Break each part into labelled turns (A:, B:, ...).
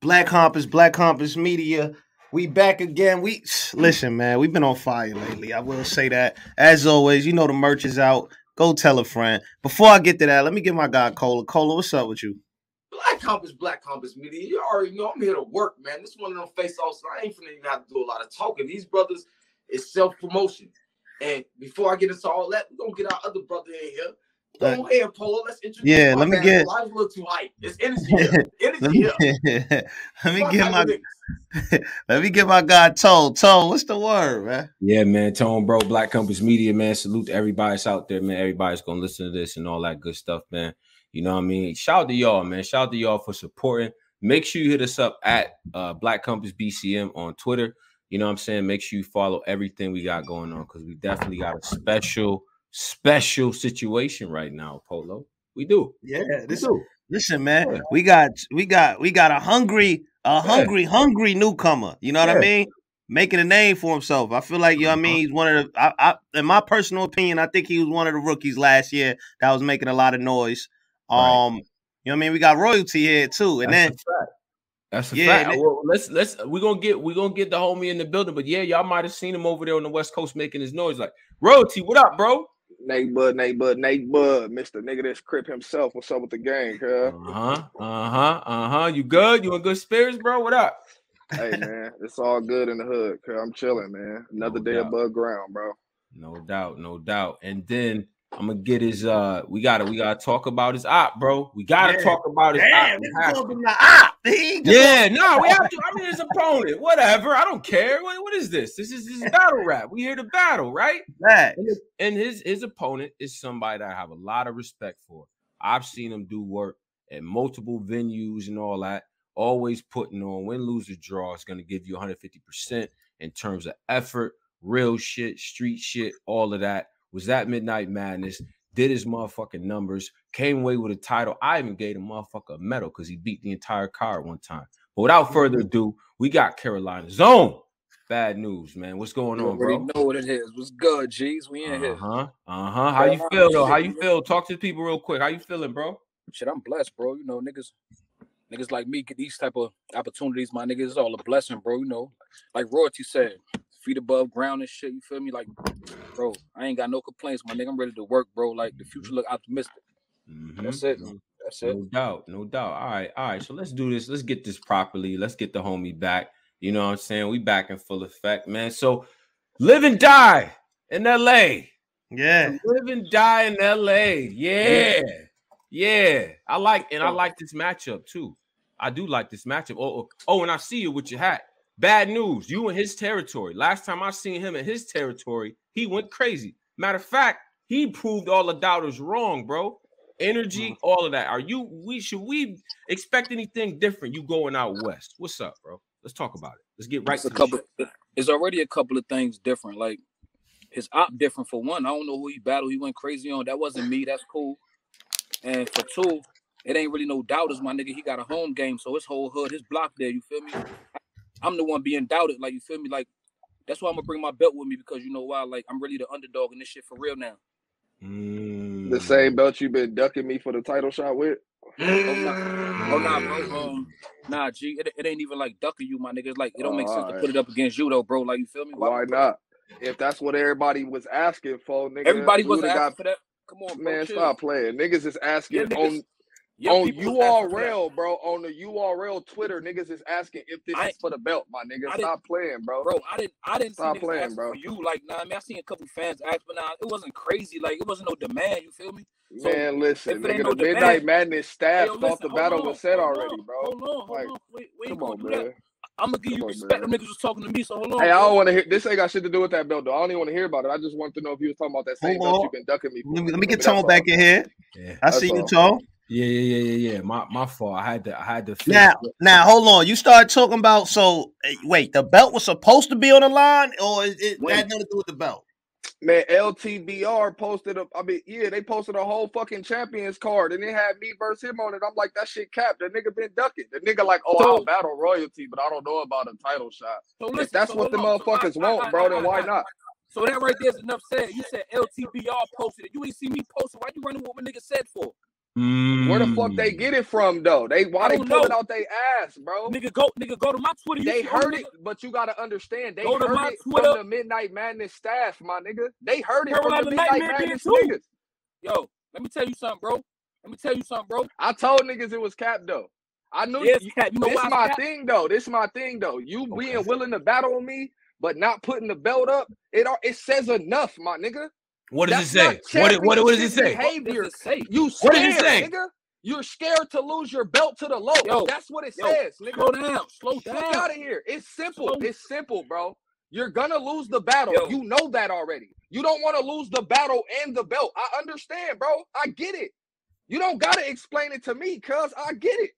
A: Black Compass, Black Compass Media. We back again. We listen, man. We've been on fire lately. I will say that. As always, you know the merch is out. Go tell a friend. Before I get to that, let me get my guy Cola. Cola, what's up with you?
B: Black Compass, Black Compass Media. You already know I'm here to work, man. This one of them face offs. I ain't finna even have to do a lot of talking. These brothers is self promotion. And before I get into all that, we're gonna get our other brother in here. Go
A: Like-
B: ahead, Paul. Let's introduce.
A: Yeah,
B: my
A: let me
B: man.
A: get-
B: Life's a little too hype. It's energy. Here.
A: Let
B: Energy.
A: me,
B: here.
A: let me
B: Fuck
A: get
B: hype
A: my
B: with it.
A: let me get my guy Toe. Toe, what's the word, man?
C: Yeah, man. Tone Bro, Black Compass Media, man. Salute to everybody's out there, man. Everybody's gonna listen to this and all that good stuff, man. You know what I mean? Shout out to y'all, man. Shout out to y'all for supporting. Make sure you hit us up at uh Black Compass BCM on Twitter. You know what I'm saying? Make sure you follow everything we got going on because we definitely got a special, special situation right now, Polo. We do.
A: Yeah,
C: We
A: this
C: do.
A: listen, man.
C: Yeah.
A: We got we got we got a hungry, a hungry, hungry newcomer. You know what I
C: Yeah.
A: mean? Making a name for himself. I feel like you know what I mean. He's one of the. I, I, in my personal opinion, I think he was one of the rookies last year that was making a lot of noise.
C: Right.
A: Um, you know what I mean. We got royalty here too, and
C: That's
A: then
C: a fact. That's a
A: Yeah,
C: fact.
A: and
C: Well, let's let's we're gonna get we're gonna get the homie in the building, but yeah, y'all might have seen him over there on the west coast making his noise. Like, royalty, what up, bro?
D: Nate Bud, Nate Bud, Nate Bud, Mr. Nigga that's Crip himself. What's up with the gang,
A: Oh.
D: huh?
C: Uh-huh. Uh-huh. Uh-huh. You good? You in good spirits, bro? What up?
D: hey man, it's all good in the hood, cuz I'm chilling, man. Another
C: No
D: day
C: doubt.
D: above ground, bro.
C: No doubt, no doubt. And then I'm gonna get his uh we gotta we gotta talk about his op, bro. We gotta
A: Yeah.
C: talk about his
A: damn,
C: op. We
A: this
C: have
A: boy
C: to.
A: been the op. He just-
C: Yeah, no, we have to. I mean, his opponent, whatever. I don't care. What, what is this? This is this is battle rap. We here to battle, right?
A: That.
C: And his- And his his opponent is somebody that I have a lot of respect for. I've seen him do work at multiple venues and all that. Always putting on win, lose, or draw. It's gonna give you 150 percent in terms of effort, real shit, street shit, all of that. Was that Midnight Madness? Did his motherfucking numbers? Came away with a title. I even gave the motherfucker a medal because he beat the entire car at one time. But without further ado, we got Carolina Zone. Bad news, man. What's going
E: You
C: on,
E: already
C: bro?
E: know what it is. What's good, G's? We in
C: Uh
E: here.
C: huh. Uh huh. How you
E: Carolina
C: feel though? How
E: shit,
C: you
E: bro.
C: feel? Talk to the people real quick. How you feeling, bro?
E: Shit, I'm blessed, bro. You know, niggas, niggas like me get these type of opportunities. My niggas, it's all a blessing, bro. You know, like royalty said, feet above ground and shit. You feel me? Like, bro, I ain't got no complaints, my nigga. I'm ready to work, bro. Like the future look optimistic. That's it.
C: Mhm.
E: That's
C: No,
E: it.
C: no doubt. No doubt. All right. All right. So let's do this. Let's get this properly. Let's get the homie back. You know what I'm saying? We back in full effect, man. So live and die in LA.
A: Yeah.
C: Live and die in LA. Yeah. Yeah. I like and I
E: Oh.
C: like this matchup too. I do like this matchup. Oh, oh, oh, and I see you with your hat. Bad news. You in his territory. Last time I seen him in his territory, he went crazy. Matter of fact, he proved all the doubters wrong, bro. Energy, all of that. Are you we should we expect anything different? You going out west. What's up, bro? Let's talk about it. Let's get right
E: It's
C: to
E: a
C: the
E: couple.
C: shit.
E: It's already a couple of things different. Like his op different for one. I don't know who he battled. He went crazy on. That wasn't me. That's cool. And for two, it ain't really no doubters, my nigga. He got a home game, so his whole hood, his block there. You feel me? I'm the one being doubted. Like you feel me? Like that's why I'm gonna bring my belt with me because you know why? Like I'm really the underdog in this shit for real now.
C: Mm.
E: Mm-hmm.
D: The same belt you been ducking me for the title shot with.
B: Mm.
E: Oh nah, bro. Um, nah, G, it, it ain't even like ducking you, my nigga. It's like it don't make sense to
D: Alright.
E: put it up against you though, bro. Like you feel me? Why-
D: Why not? If that's what everybody was asking for, nigga.
E: Everybody
D: we
E: wasn't
D: would've
E: asking
D: got-
E: for that. Come on, bro.
D: man,
E: chill.
D: stop playing. Niggas is
E: Your
D: asking
E: niggas-
D: on
E: your
D: on
E: people was asking for that.
D: URL, bro. On the URL Twitter, niggas is asking if this
E: I-
D: is for the belt, my nigga.
E: I didn't-
D: Stop playing, bro.
E: bro. I didn't, I didn't
D: Stop
E: see niggas
D: playing,
E: asking
D: bro.
E: for you. Like, nah, I mean, I seen a couple fans ask, but nah, it wasn't crazy. Like, it wasn't no demand. You feel me? So,
D: Man, listen,
E: if it ain't
D: nigga,
E: no
D: the
E: demand-
D: Midnight Madness
E: Hey,
D: staff
E: yo,
D: thought
E: listen,
D: the
E: hold
D: battle
E: on,
D: was set
E: hold on,
D: already, bro.
E: Hold on, hold
D: Like,
E: on. Wait, we ain't
D: Come
E: gonna
D: on,
E: do
D: man.
E: that. I'm gonna give
D: Come
E: you
D: on,
E: respect.
D: man.
E: Them niggas was talking to me, so hold on.
D: Hey, I
E: bro.
D: don't want to hear this. Ain't got shit to do with that belt, though. I don't even want to hear about it. I just wanted to know if you was talking about that same
A: Hold
D: belt
A: on.
D: you've been ducking me. For.
A: Let me, let me get
D: that's all.
A: Tone back in here.
C: Yeah.
A: I
D: That's
A: see you,
D: all.
A: Tone.
C: Yeah, yeah, yeah, yeah, yeah. My my fault. I had to I had to fix
A: Now,
C: it.
A: now, hold on. You start talking about so eh, wait, the belt was supposed to be on the line, or is it
E: Wait.
A: that nothing to do with the belt?
D: Man, LTBR posted a. I mean, yeah, they posted a whole fucking champions card, and it had me versus him on it. I'm like, that shit capped. That nigga been ducking. The nigga like, oh,
E: So-
D: I'll battle royalty, but I don't know about a title shot.
E: So listen,
D: If that's
E: so
D: what the
E: hold on.
D: motherfuckers
E: So I- I- I-
D: want, bro, then
E: I-
D: why
E: I-
D: not?
E: So that right there's enough said. You said LTBR posted it. You ain't see me posted. Why you running what my nigga said for?
D: Where the fuck
C: Mm.
D: they get it from though? They why they
E: Hmm. don't
D: pulling
E: know.
D: out their ass, bro?
E: Nigga, go, nigga, go to my Twitter.
D: They
E: see-
D: heard it, but you gotta understand they
E: Go to my
D: heard it
E: Twitter.
D: from the Midnight Madness staff, my nigga. They heard it from
E: Carolina
D: the Midnight
E: Nightmare did
D: Madness
E: too.
D: niggas.
E: Yo, let me tell you something, bro. Let me tell you something, bro.
D: I told niggas it was cap though. I knew
E: Yes, Cap, you know
D: this
E: why?
D: my
E: Cap?
D: thing though. This my thing though. You
C: Okay.
D: being willing to battle on me, but not putting the belt up, it al- it says enough, my nigga.
C: What does it
D: That's
C: say?
D: not
C: What, it- what, what does it
D: championship
C: say?
E: What
D: Behavior.
E: does it say?
D: You
C: What
D: scared,
C: does it say?
D: nigga. You're scared to lose your belt to the low.
E: Yo,
D: That's what it
E: yo,
D: says, nigga.
E: Slow down, slow
D: Fuck
E: down.
D: out of here. It's simple.
E: Slow-
D: It's simple, bro. You're gonna lose the battle.
E: Yo.
D: You know that already. You don't want to lose the battle and the belt. I understand, bro. I get it. You don't gotta explain it to me, cuz I get it.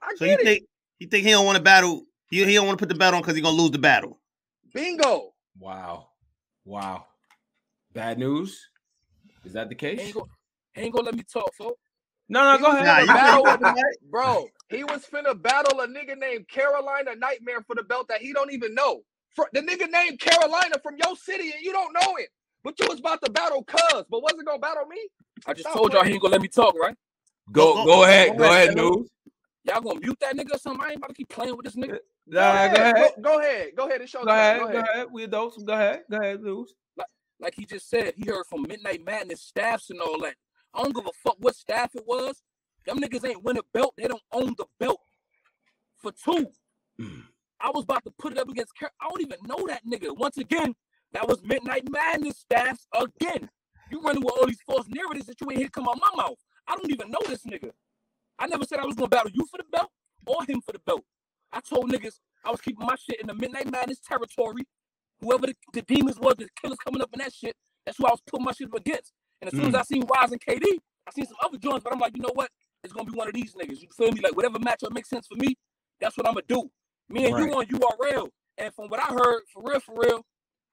D: I
A: So you
D: get it.
A: think you think he don't want to battle? He, he don't want to put the battle on because he's gonna lose the battle.
D: Bingo.
C: Wow. Wow. Bad news? Is that the case?
E: Ain't gonna, ain't gonna let me talk, folks.
C: No, no, go
D: Nah,
C: ahead.
A: Nah, you
D: Battle
A: can't-
D: Bro, he was finna battle a nigga named Carolina Nightmare for the belt that he don't even know. For the nigga named Carolina from your city and you don't know it. But you was about to battle cuz, but wasn't gonna battle me?
E: I just
D: Stop
E: told y'all he
D: playing.
E: ain't gonna let me talk, right?
C: Go,
A: Go-
C: go,
A: go
C: ahead. Go
A: ahead,
C: ahead, news.
E: Y'all gonna mute that nigga or something? I ain't about to keep playing with this nigga.
D: Eh.
C: Nah, nah, go ahead.
D: Go, go ahead. Go ahead. It's your
C: Go
D: turn.
C: ahead.
D: Go
C: Go ahead. We adults. Go ahead. Go ahead, news.
E: Like he just said, he heard from Midnight Madness staffs and all that. I don't give a fuck what staff it was. Them niggas ain't win a belt. They don't own the belt. For two,
C: Mm.
E: I was about to put it up against. Car- I don't even know that nigga. Once again, that was Midnight Madness staffs again. You running with all these false narratives that you ain't here come out my mouth. I don't even know this nigga. I never said I was gonna battle you for the belt or him for the belt. I told niggas I was keeping my shit in the Midnight Madness territory. Whoever the, the demons was, the killers coming up in that shit, that's who I was putting my shit up against. And as soon as I seen Wise and KD, I seen some other joints, but I'm like, you know what? It's gonna be one of these niggas. You feel me? Like whatever matchup makes sense for me, that's what I'm gonna do. Me and you on URL. And from what I heard, for real, for real,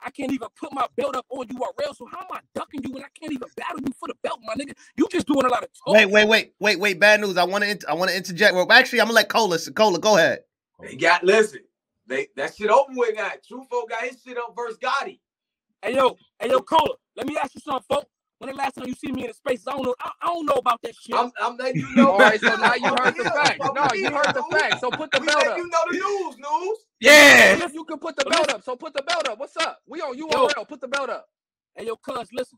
E: I can't even put my belt up on URL. So how am I ducking you when I can't even battle you for the belt, my nigga? You just doing a lot of
D: Oh,
E: talking.
A: Wait, wait, wait, wait, wait. Bad news. I want to. I want to interject. Well, actually, I'm gonna let Cola. Cola, go ahead.
B: They got listen. They that shit open with that. Trufo got his shit up versus Gotti.
E: Hey yo, hey yo, Cola. Let me ask you something, folks. When the last time you see me in the spaces, I don't know. I, I don't know about that shit.
B: I'm, I'm letting you
D: ahead.
B: know.
D: All right, so now you heard the
B: Yeah,
D: fact.
B: fuck
D: No,
B: me,
D: you heard the
B: dude.
D: fact. So put the
B: We
D: belt
B: let
D: up.
B: you know the news, news.
C: Yeah.
D: If you can put the belt up, so put the belt up. What's up? We on URL. Put the belt up.
E: hey yo, cuz, listen.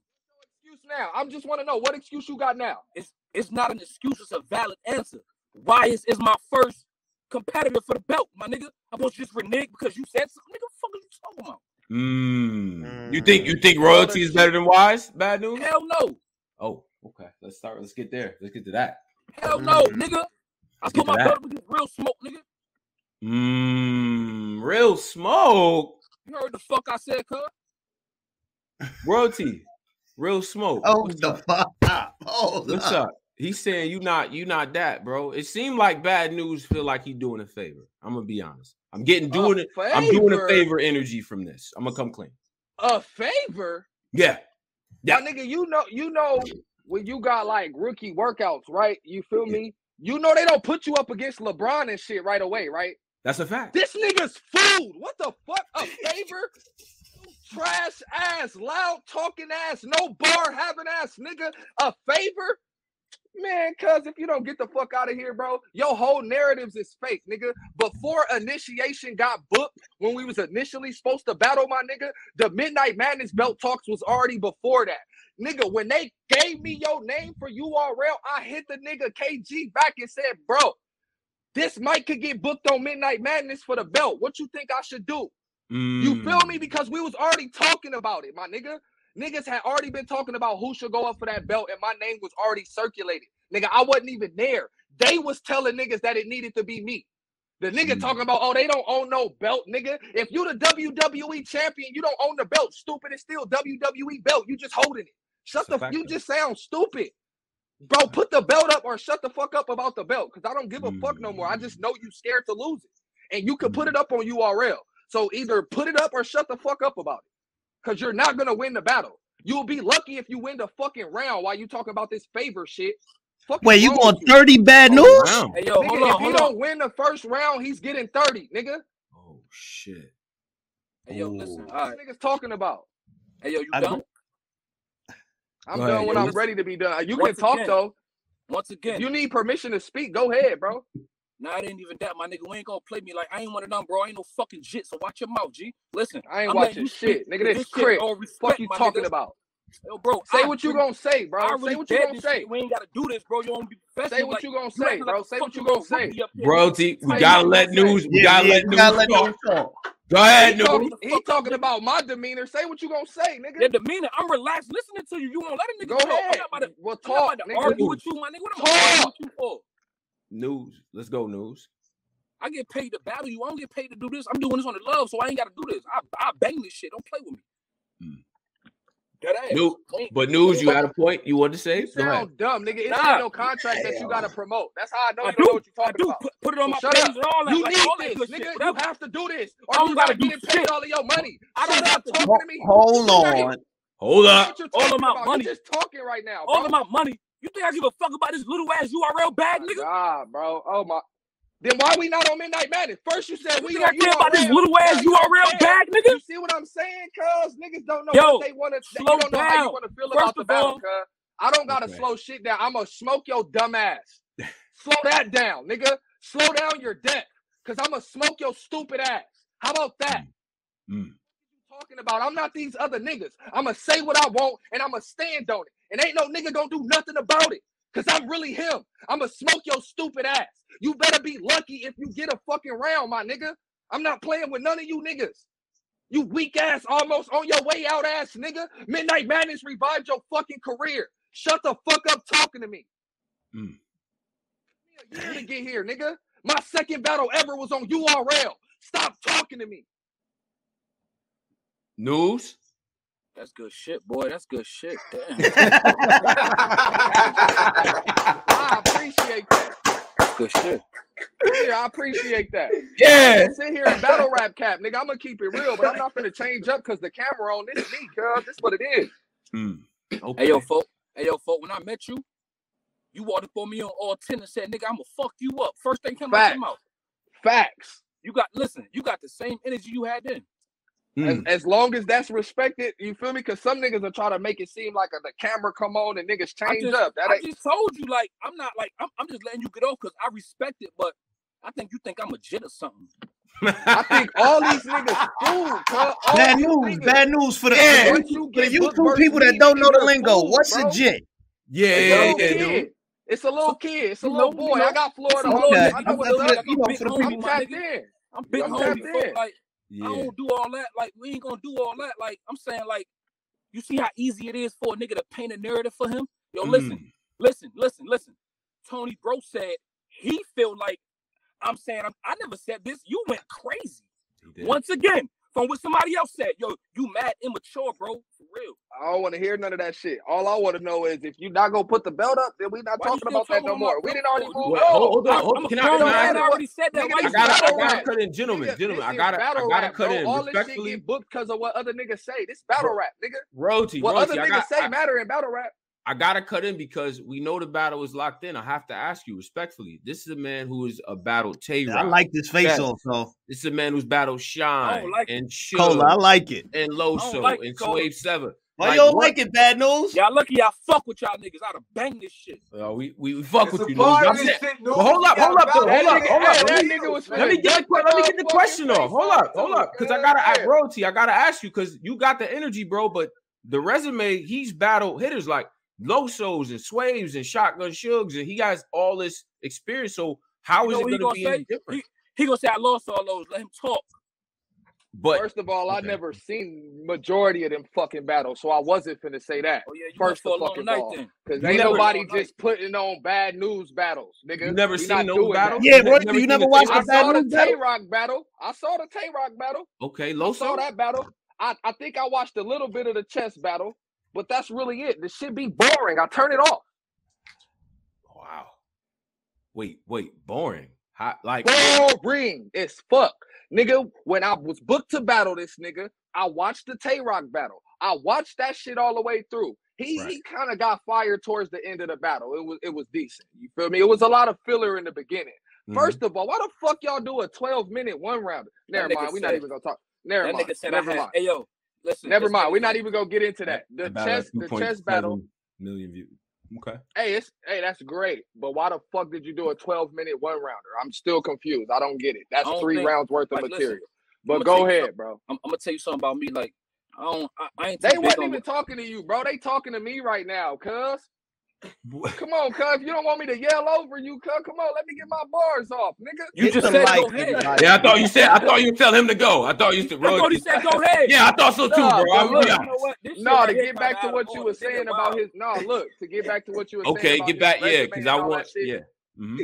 D: Excuse now. I'm just want to know what excuse you got now.
E: It's it's not an excuse. It's a valid answer. Why is is my first competitor for the belt, my nigga? I'm supposed to just renege because you said something. Nigga, fuck are you talking about?
C: Mm. You
A: Mm.
C: think you think royalty is better than Wise? Bad news.
E: Hell no.
C: Oh, okay. Let's start. Let's get there. Let's get to that.
E: Hell no,
A: Mm.
E: nigga.
C: Mm-hmm.
E: I
C: get
E: put my
C: to that.
E: belt up against real smoke, nigga.
C: Mm, real smoke.
E: You heard the fuck I said, cuz.
C: Royalty. Real smoke.
A: Oh
C: What's
A: the
C: up?
A: fuck up. Hold
C: What's
A: up.
C: up? He's saying you not you not that, bro. It seemed like bad news feel like he doing a favor. I'm gonna be honest. I'm getting doing
D: a
C: it. I'm doing a
D: favor?
C: favor energy from this. I'm gonna come clean.
D: A favor.
C: Yeah. Yeah.
D: My nigga, you know, you know, when you got like rookie workouts, right? You feel me? You know they don't put you up against LeBron and shit right away, right?
C: That's a fact.
D: This nigga's food. What the fuck? A favor? You Trash ass, loud talking ass, no bar having ass nigga. A favor? Man, cuz if you don't get the fuck out of here, bro, your whole narratives is fake, nigga. Before initiation got booked, when we was initially supposed to battle my nigga, the Midnight Madness belt talks was already before that. Nigga, when they gave me your name for URL, I hit the nigga KG back and said, bro, this mic could get booked on Midnight Madness for the belt. What you think I should do? You feel
C: Mm.
D: me? Because we was already talking about it, my nigga. Niggas had already been talking about who should go up for that belt, and my name was already circulated. Nigga, I wasn't even there. They was telling niggas that it needed to be me. The nigga
C: Mm.
D: talking about, oh, they don't own no belt, nigga. If you the WWE champion, you don't own the belt. Stupid, it's still WWE belt. You just holding it. Shut
C: It's a
D: the.
C: fact,
D: You
C: though.
D: just sound stupid, bro. Put the belt up or shut the fuck up about the belt, cause I don't give a fuck no more. I just know you scared to lose it and you can put
A: Mm-hmm.
D: it up on URL. So either put it up or shut the fuck up about it, because you're not gonna win the battle. You'll be lucky if you win the fucking round while you talking about this favor shit. Fuck
A: Wait,
D: is
A: you
D: wrong
A: going
D: with you?
A: thirty bad news?
C: Oh, wow.
E: Hey yo,
D: Nigga,
E: hold
D: if
E: on, hold
D: he
E: on.
D: don't win the first round, he's getting thirty, nigga.
C: Oh shit.
E: Hey yo, listen.
C: Ooh.
E: All right.
D: What niggas talking about?
E: Hey yo, you
A: I
E: done?
A: don't-
D: I'm
C: Go
D: done
C: ahead,
D: when
C: yo,
D: I'm
E: listen.
D: ready to be done. You can
E: Once
D: talk
E: again-
D: though.
E: Once again,
D: You need permission to speak. Go ahead, bro.
E: Nah, it ain't even that, my nigga. We ain't gonna play me like I ain't one of them, bro. I ain't no fucking shit. So watch your mouth, G. Listen,
D: I ain't
E: I'm letting
D: watching
E: you
D: shit,
E: speak.
D: nigga. This crib.
E: all
D: Fuck
E: respect,
D: you
E: my
D: talking
E: nigga.
D: about.
E: Yo, bro.
D: Say
E: I
D: what you
E: really-
D: gonna say, bro.
E: I really
D: say what you
E: dead
D: gonna
E: this
D: say.
E: shit. We ain't gotta do this, bro. You don't be professional.
D: Say what
E: like,
D: you gonna
E: acting
D: say,
E: like
D: bro.
E: a
D: Say what you
E: fucking
D: gonna say.
E: rookie up here.
C: Bro, T, we
D: Say
C: gotta
D: what
C: let
D: you gonna
C: news.
D: say.
C: We
A: Yeah,
C: gotta
A: yeah,
C: let
A: you gotta
C: news
A: let them
C: talk.
A: talk.
C: Go ahead,
E: no,
D: He,
C: news.
D: talking,
E: what the
D: he
E: fuck up,
D: talking
E: nigga?
D: about my demeanor. Say what you gonna say, nigga.
E: Your demeanor. I'm relaxed listening to you. You won't let a nigga
D: Go
E: talk. I'm
D: ahead.
E: not about to.
D: Well,
E: I'm not
D: talk,
E: about to
D: nigga.
E: argue with you, my nigga. What am I
D: Talk.
E: arguing with you for?
C: News. Let's go, news.
E: I get paid to battle you. I don't get paid to do this. I'm doing this on the love, so I ain't gotta do this. I, I bang this shit. Don't play with me.
C: Mm.
E: Dead ass.
C: New,
E: We ain't-
C: but news. You had a point. You want to say?
D: You
C: Go ahead.
D: sound dumb, nigga. It
E: Nah.
D: ain't no contract that you gotta promote. That's how I know
E: I
D: you don't know
E: do.
D: what you're
E: I
D: talking
E: do.
D: about.
E: Put, put it on
D: So
E: my
D: shut
E: page
D: up.
E: and all that.
D: You
E: like, all that
D: need
E: good
D: this,
E: shit.
D: nigga. You
E: Whatever.
D: have to do this,
E: I
D: or
E: don't
D: you
E: gotta
D: not
E: do shit.
D: getting paid all of your money.
E: I don't
D: Shut
E: have
D: up
E: to do
D: talking to me.
A: Hold
D: Shut up.
A: on.
C: Hold up.
D: That's what you're
E: all
D: talking
E: of my
D: about.
E: money.
D: You're just talking right now,
E: All
D: bro.
E: of my money. You think I give a fuck about this little ass URL bag,
D: My
E: nigga?
D: God, bro. Oh my. Then why we not on Midnight Madness? First you said
E: You
D: we
E: think I
D: on
E: care about this
D: URL.
E: little
D: Now
E: ass
D: you don't
E: URL
D: care.
E: bag, nigga?
D: You see what I'm saying, cuz? Niggas don't know
E: Yo,
D: what they want to. You
E: slow
D: don't know how you
E: down.
D: want to feel
E: First
D: about the
E: of
D: battle,
E: all-
D: cuz. I don't gotta
C: Okay.
D: slow shit down. I'ma smoke your dumb ass. Slow that down, nigga. Slow down your deck, cause I'ma smoke your stupid ass. How about that?
C: Mm.
D: Talking about I'm not these other niggas. I'ma say what I want and I'ma stand on it. And ain't no nigga gonna do nothing about it. Cause I'm really him. I'ma smoke your stupid ass. You better be lucky if you get a fucking round, my nigga. I'm not playing with none of you niggas. You weak ass, almost on your way out ass nigga. Midnight Madness revived your fucking career. Shut the fuck up talking to me.
C: Mm.
D: Took me a year to get here, nigga. My second battle ever was on URL. Stop talking to me.
C: News.
E: That's good shit, boy. That's good shit. Damn.
D: I appreciate that.
E: That's good shit.
D: Yeah, I appreciate that.
C: Yeah.
D: Sit here and battle rap cap, nigga. I'm gonna keep it real, but I'm not gonna change up because the camera on this me, cuz. This what it is.
C: Mm. Okay.
E: Hey yo, folk. Hey yo, folk. When I met you, you walked up on me on all ten and said, "Nigga, I'ma fuck you up." First thing came out your
D: Facts.
E: mouth.
D: Facts.
E: You got listen. You got the same energy you had then.
D: As,
C: Mm.
D: as long as that's respected, you feel me? Because some niggas are trying to make it seem like uh, the camera come on and niggas
E: I
D: change
E: just,
D: up. That
E: I
D: ain't.
E: just told you, like, I'm not like, I'm, I'm just letting you get off because I respect it, but I think you think I'm a jit or something.
D: I think all these niggas fool, cuz. All
A: Bad
D: these
A: news.
D: niggas.
A: Bad news for the,
C: Yeah.
A: for
D: Once
A: the
D: you
A: for the
D: get booked
A: YouTube
D: versus
A: people that
D: me,
A: don't know
D: you're
A: the lingo.
D: fools,
A: What's
D: bro.
A: a jit?
C: yeah,
D: It's a
C: yeah,
D: little
C: yeah,
D: kid.
C: news.
D: It's a little kid. It's a
E: you
D: little
E: know, you
D: boy.
E: know,
D: I got Florida
A: I'm
E: listen,
D: homies.
A: not.
E: Lord, you know
D: I know
A: I'm
E: what
D: what's
A: just
E: it is.
D: up.
A: let you know for
E: Like I'm big
A: the
E: homie,
D: I'm
A: people.
E: my
D: tapped
E: nigga.
D: in.
E: I'm big
D: I'm
E: homie,
D: tapped
E: folk.
D: in.
E: Like I
C: Yeah.
E: don't do all that. Like we ain't gonna do all that. Like I'm saying, like you see how easy it is for a nigga to paint a narrative for him. Yo, listen,
C: Mm.
E: listen, listen, listen. Tony Bro said he feel like I'm saying I'm, I never said this. You went crazy
C: He did.
E: once again from what somebody else said. Yo, you mad immature, bro. For real.
D: I don't want to hear none of that shit. All I want to know is if you not gonna put the belt up, then we not
E: Why you
D: talking
E: still
D: about that
E: talking
D: no
E: about my
D: more. We
E: belt
D: didn't already
E: for?
D: move
C: Wait,
D: on.
C: hold, hold on.
E: I,
C: Hold on.
E: I'm a
C: Can I?
E: grown
C: Can
D: don't
C: I?
E: man. I
D: matter what
E: already said that.
D: nigga.
E: Why
C: I
E: you
D: This
E: still
C: gotta, I
D: battle
E: talking?
C: gotta
D: rap.
C: cut in, gentlemen,
D: Nigga,
C: gentlemen.
D: this
C: I
D: is
C: gotta, I
D: battle
C: gotta
D: rap,
C: cut
D: bro.
C: in
D: All this shit get
C: respectfully.
D: booked because of what other niggas say. This battle
C: Ro-
D: rap, nigga.
C: Roti,
D: What
C: Roti,
D: other
C: I
D: niggas
C: got,
D: say
C: I,
D: matter in battle rap.
C: I gotta cut in because we know the battle is locked in. I have to ask you respectfully. This is a man who is a battle Tay
A: I
C: Rock.
A: like this face off though.
C: This is a man who's battled
E: I
C: Shine
E: don't like it.
C: and
A: Cola, I
C: Suge
A: like it.
C: and
E: I
C: Loso
E: don't like it,
C: and
E: Cole.
C: Swave Seven.
A: Why
C: Like
A: you don't
C: what?
A: like it, bad news?
E: Y'all lucky y'all fuck with y'all niggas. I'd have banged this shit.
C: Uh, we, we we fuck
B: It's
C: with
B: a
C: you, news.
B: part
C: I'm
B: of this
C: saying,
B: shit, dude.
C: but hold up, hold up, though,
D: That
C: hold up,
D: nigga,
C: hold
D: hey,
C: up. Let
D: that
C: me
D: nigga was
C: let me
D: finna
C: get
D: duck
C: the
D: the
C: let me get the question
D: motherfucking
C: off.
D: face
C: Hold
D: off
C: up, hold
D: too,
C: up, because I
D: cuz.
C: gotta ask
D: Yeah.
C: Roti. I gotta ask you because you got the energy, bro. But the resume, he's battled hitters like Losos and Swaves and Shotgun Shugs, and he has all this experience. So how
E: You
C: is
E: know
C: it
E: what he
C: going to
E: gonna
C: be any
E: say?
C: different?
E: He, he gonna say I lost all those. Let him talk.
C: But
D: First of all, I
C: okay.
D: never seen majority of them fucking battles, so I wasn't finna say that.
E: Oh yeah, you went
D: First
E: for
D: of
E: a long
D: fucking
E: night
D: all,
E: then.
D: because
C: You
D: ain't
E: You
C: never
E: went
D: nobody
E: all night.
D: just putting on bad news battles,
C: you
D: nigga.
C: never
D: We
C: seen
D: not
C: those
D: doing that.
C: battles.
A: Yeah,
C: You ne-
A: Royce,
C: never
A: you
C: seen
A: never
C: the
A: watched the
C: Tay
D: I
C: Rock
D: saw
A: bad
D: the
C: battle.
A: news
D: Tay
A: battle?
D: Rock battle. I saw the Tay Rock battle.
C: Okay,
D: I saw
C: Loso.
D: that battle. I, I think I watched a little bit of the chess battle, but that's really it. This shit be boring. I turn it off.
C: Wow. Wait, wait, boring. Hot like
D: Boring as fuck. Nigga, when I was booked to battle this nigga, I watched the Tay Rock battle. I watched that shit all the way through. He
C: right.
D: he kind of got fired towards the end of the battle. It was it was decent. You feel me? It was a lot of filler in the beginning.
E: Mm-hmm.
C: Mhm.
D: First of all, why the fuck y'all do a 12 minute one round?
E: That
D: Never
E: nigga
D: mind. We're not
E: said.
D: even gonna talk. Never
E: That
D: mind.
E: nigga said I
D: Never
E: had.
D: mind.
E: Hey yo, listen.
D: Never
E: This
D: mind.
E: nigga
D: We're not e
E: said
D: even gonna get into
C: That,
D: that.
C: that
D: The
C: battle
D: chess,
C: had two
D: the
C: point
D: chess battle.
C: seven million views. Okay.
D: Hey, it's hey, that's great. But why the fuck did you do a 12 minute one rounder? I'm still confused. I don't get it. That's
E: I don't
D: three
E: think-
D: rounds worth of
E: like, listen,
D: material.
E: I'ma
D: but go
E: tell you
D: ahead, bro.
E: I'm, I'm gonna tell you something about me. Like I don't, I, I ain't.
D: They
E: too big
D: wasn't
E: on-
D: even talking to you, bro. They talking to me right now, cuz. Come on, cuz. You don't want me to yell over you, cuz. Come on, let me get my bars off, nigga.
E: You
A: It's
E: just
A: a
E: said
A: life,
E: go ahead.
A: everybody.
C: Yeah, I thought you said. I thought you were telling him to go. I thought you said.
E: I thought he said go ahead.
C: Yeah, I thought so too,
D: Nah,
C: bro. I
D: but look,
C: was
E: you
C: yeah.
E: know what? This shit
D: No,
E: right
D: to
E: here
D: get
E: kinda
D: back to
E: out of
D: what you
E: order.
D: were
E: Nigga,
D: saying
E: wow.
D: about his no, look, to get back to what you were
C: Okay,
D: saying. about
C: get
D: his
C: back. Yeah,
D: resume
C: because
D: and
C: I
D: all
C: want.
D: that shit.
C: Yeah. hmm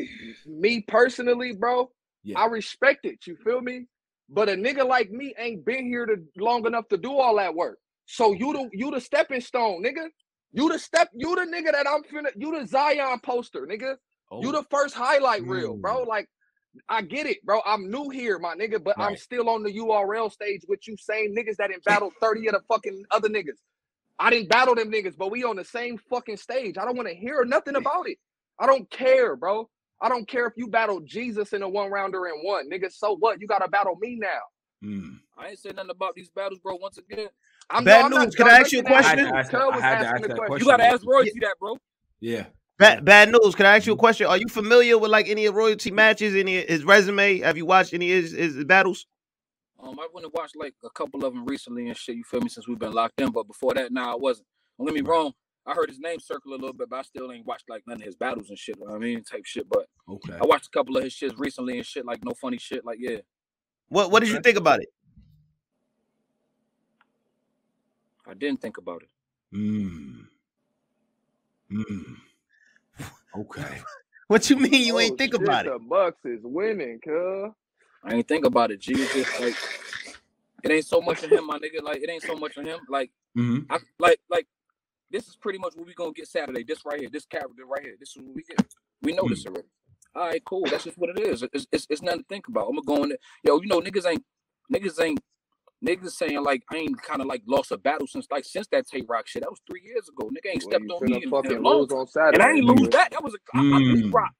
D: me personally, bro,
C: Yeah.
D: I respect it. You feel me? But a nigga like me ain't been here to long enough to do all that work. So you the you the stepping stone, nigga. You the step, you the nigga that I'm finna, you the Zion poster, nigga.
C: Oh,
A: Oh.
D: You the first highlight reel, bro.
C: Mm.
D: Like, I get it, bro. I'm new here, my nigga, but I'm
C: Right.
D: still on the URL stage with you same niggas that did battled 30 of the fucking other niggas. I didn't battle them niggas, but we on the same fucking stage. I don't want to hear nothing about it. I don't care, bro. I don't care if you battled Jesus in a one rounder and one, nigga. So what? You gotta battle me now.
C: Mm.
E: I ain't said nothing about these battles, bro. Once again,
D: I'm,
A: Bad
D: I'm not
A: news. Can I ask you a
D: directing at
C: I had to
A: question?
C: ask,
D: Cuz
C: that- I
D: was
C: had to
D: asking
C: ask
D: the
C: that
D: question.
C: question.
E: you gotta ask Roy you that, bro.
C: Yeah.
A: Bad, bad news. Can I ask you a question? Are you familiar with like any of royalty matches, any of his resume? Have you watched any of his, his battles?
E: Um, I went and watched like a couple of them recently and shit. You feel me? Since we've been locked in, but before that, nah, I wasn't. Don't get me wrong. I heard his name circle a little bit, but I still ain't watched like none of his battles and shit. you know what I mean, type shit. But
C: Okay.
E: I watched a couple of his shits recently and shit, like no funny shit. Like yeah,
A: What What did you
C: Okay.
A: think about it?
E: I didn't think about it.
C: Mm. Mm. Okay.
A: What you mean you ain't
D: Oh,
A: think
D: shit,
A: about it?
D: The Bucks is winning, cuz.
E: I ain't think about it. G It's just like it ain't so much of him, my nigga. Like it ain't so much of him. Like
C: hmm
E: I like like this is pretty much what we gonna get Saturday. This right here, this character right here. This is what we get. We know
D: Mm.
E: this already. All right, cool. That's just what it is. It's, it's, it's nothing to think about. I'm gonna go in there. Yo, you know niggas ain't niggas ain't niggas saying like I ain't kind of like lost a battle since like since that Tay Rock shit. That was three years ago. Nigga ain't
D: Well,
E: stepped
D: you
E: on me
D: finna
E: in, in a
D: fucking
E: long
D: lose
E: time.
D: on Saturday.
E: And I ain't lose
D: nigga.
E: that. That was a I, I beat
C: Mm.
E: Rock.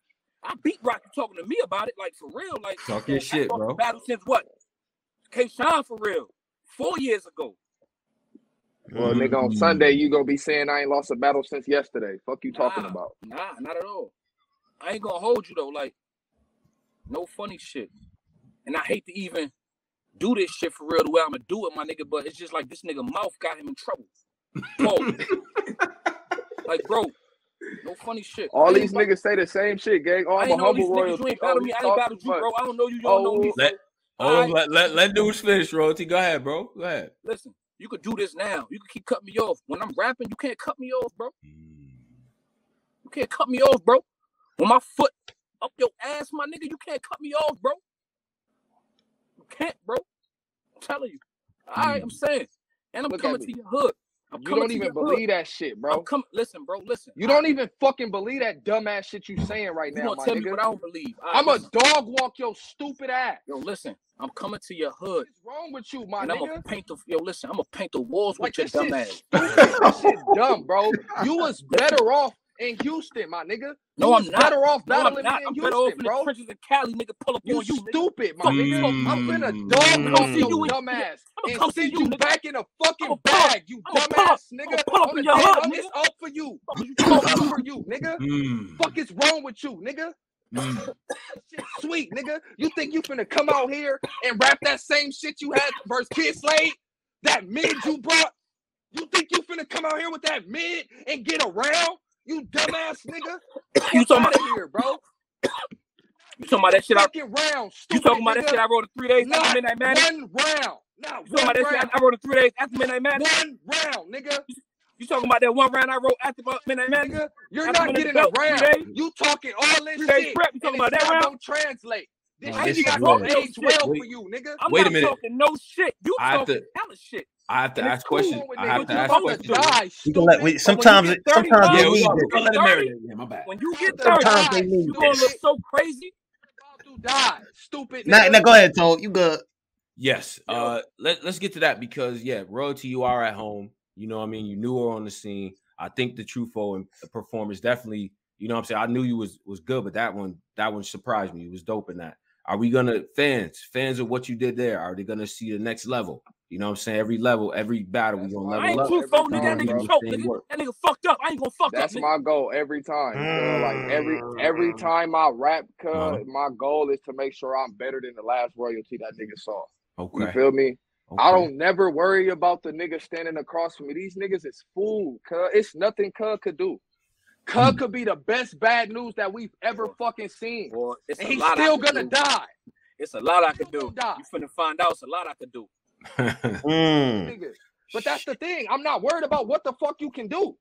E: I beat Rock. You talking to me about it like for real? Like
C: Talk your
E: I
C: shit,
E: lost a
C: bro.
E: battle since what? K. Shine for real. Four years ago.
D: Well, nigga, on
C: Mm.
D: Sunday you gonna be saying I ain't lost a battle since yesterday. Fuck you talking
E: Nah.
D: about?
E: Nah, not at all. I ain't gonna hold you though. Like, no funny shit. And I hate to even do this shit for real the way I'm gonna do it, my nigga. But it's just like this nigga mouth got him in trouble. Paul. like, bro, no funny shit.
D: All
E: I ain't
D: these
E: about-
D: niggas say the same shit, gang. Oh,
E: I
D: I'm a
E: ain't know
D: humble
E: these niggas. You
D: royalty.
E: ain't
D: Oh,
E: battled
D: you
E: me. I ain't
D: talk
E: battled
D: too
E: you,
D: much.
E: bro. I don't know you. You don't know me.
D: Oh,
E: So,
C: Let oh
E: alright,
C: let let let dudes finish, royalty. Go ahead, bro. Go ahead.
E: listen. You could do this now. You could keep cutting me off. When I'm rapping, you can't cut me off, bro. You can't cut me off, bro. When my foot up your ass, my nigga, you can't cut me off, bro. You can't, bro. I'm telling you. All right, I'm saying. And I'm
D: Mm. Look at
E: coming
D: me.
E: to your hood. I'm
D: You
E: coming
D: don't
E: to your
D: even
E: hood.
D: believe that shit,
E: I'm
D: bro.
E: coming. Listen, bro. Listen.
D: You
E: All
D: don't
E: right,
D: even fucking believe that dumbass shit you saying right
E: You
D: now,
E: gonna
D: my
E: tell me
D: nigga.
E: what I don't believe? All right,
D: I'm a
E: listen.
D: dog walk your stupid ass.
E: Yo, listen. I'm coming to your
D: What
E: hood,
D: is wrong with you, my
E: and I'm gonna
D: nigga?
E: paint the. Yo, listen. I'm gonna paint the walls with
D: Like
E: your
D: this
E: dumb
D: shit
E: ass.
D: stupid. this shit dumb, bro. You was better off in Houston, my nigga.
E: No,
D: you
E: I'm
D: was
E: not.
D: better off
E: No, I'm
D: battling
E: not.
D: me in
E: I'm better off
D: Houston,
E: in the
D: bro.
E: trenches of Cali, nigga. Pull up
D: You
E: on you, nigga.
D: stupid, my
E: Fuck
D: nigga.
E: you.
D: I'm finna
C: Mm.
D: dog
E: I'ma
D: walk
E: see
D: your
E: you in-
D: dumb ass
E: I'ma
D: and
E: come see
D: send
E: you,
D: you
E: nigga.
D: back in a fucking
E: I'ma pull up.
D: bag, you
E: I'ma
D: dumb
E: pull up.
D: ass
E: I'ma
D: nigga.
E: pull up
D: On
E: in
D: the
E: your
D: day
E: hood,
D: I'm
E: nigga.
D: it's up for you.
E: Fuck you
D: It's
E: talking
D: up
E: about?
D: for you, nigga.
C: Mm.
D: Fuck is wrong with you, nigga?
C: Mm.
D: That shit sweet, nigga. You think you finna come out here and rap that same shit you had versus Kid Slade? That mid you brought? You think you finna come out here with that mid and get around? You dumbass nigga.
E: You
D: Fuck
E: talking about?
D: out of here, bro.
E: You talking about that shit? I
D: Fucking round,
E: You
D: stupid
E: talking about
D: nigga.
E: that shit I wrote in three days after
D: Not
E: Midnight Madness?
D: one round. Not
E: You talking
D: one
E: about that shit
D: round.
E: I I wrote in three days after Midnight Madness?
D: One round, nigga.
E: You talking about that one round I wrote after Mo- Midnight Madness?
D: Nigga, you're
E: After
D: not
E: Midnight
D: getting a
E: Belt, three
D: round.
E: days,
D: You talking all this
E: three days
D: shit.
E: prep. You
D: and
E: talking
D: it's
E: about that
D: not
E: round?
D: gonna translate. This
A: No,
E: I ain't
A: this
D: shit
A: is
E: even
D: not
E: talking
D: gonna
A: good.
E: no
D: age
E: shit.
D: well
C: Wait.
D: for you, nigga.
E: I'm
C: Wait a
E: not
C: minute.
E: talking no shit. You
C: I have
E: talking
C: to
E: hella shit.
C: I have to
E: And it's
C: ask
E: cool.
C: questions.
D: Wrong with
C: I
D: niggas.
C: have
E: But
C: to
D: You
E: you
C: ask
D: about
E: talking
D: to
C: questions.
E: stupid.
A: We
D: die,
A: can let. We,
D: stupid.
E: But when you
A: sometimes,
E: get
A: it,
E: 30,
A: sometimes
E: bro,
A: they
C: Yeah,
A: need
C: we
E: when
C: about
E: you
A: this.
C: to
E: get
C: let him
E: 30,
C: marinate. Yeah, my bad.
E: when you get
D: About to
E: 30,
A: Sometimes they
D: die,
A: need
E: you gonna look
A: this.
D: stupid.
E: so crazy.
D: About to die, stupid
A: Now,
D: nigga.
A: now go ahead, Toad. You good?
C: Yes.
E: Yo.
C: Uh let, let's get to that because yeah, royalty, you are at home. You know what I mean? You knew her on the scene. I think the Truffaut and performance definitely, you know what I'm saying? I knew you was was good, but that one, that one surprised me. It was dope in that. Are we gonna fans, fans of what you did there? Are they gonna see the next level? You know what I'm saying? Every level, every battle, we gonna
E: I
C: level
E: ain't
C: up.
D: Level
E: too
D: up
E: full,
D: every
E: nigga. That
C: time,
E: nigga
C: bro.
E: choked, nigga. That nigga fucked up. I ain't gonna fuck
D: That's
E: up. nigga.
D: my goal every time. Girl. Like every every
A: Mm.
D: time I rap, cuz
C: Uh-huh.
D: my goal is to make sure I'm better than the last royalty that nigga saw. You
C: Okay.
D: feel me? I
C: okay.
D: don't never worry about the nigga standing across from me. These niggas is fool, cuz it's nothing cuz could do. Cuz could be the best bad news that we've ever fucking seen.
E: Boy, it's
D: And
E: a
D: he's
E: lot I
D: still
E: could
D: gonna
E: do.
D: die.
E: It's a lot I
D: Still
E: could do.
D: gonna die.
E: You finna find out. It's a lot I could do.
A: Mm.
D: Nigga. But that's the thing. I'm not worried about what the fuck you can do.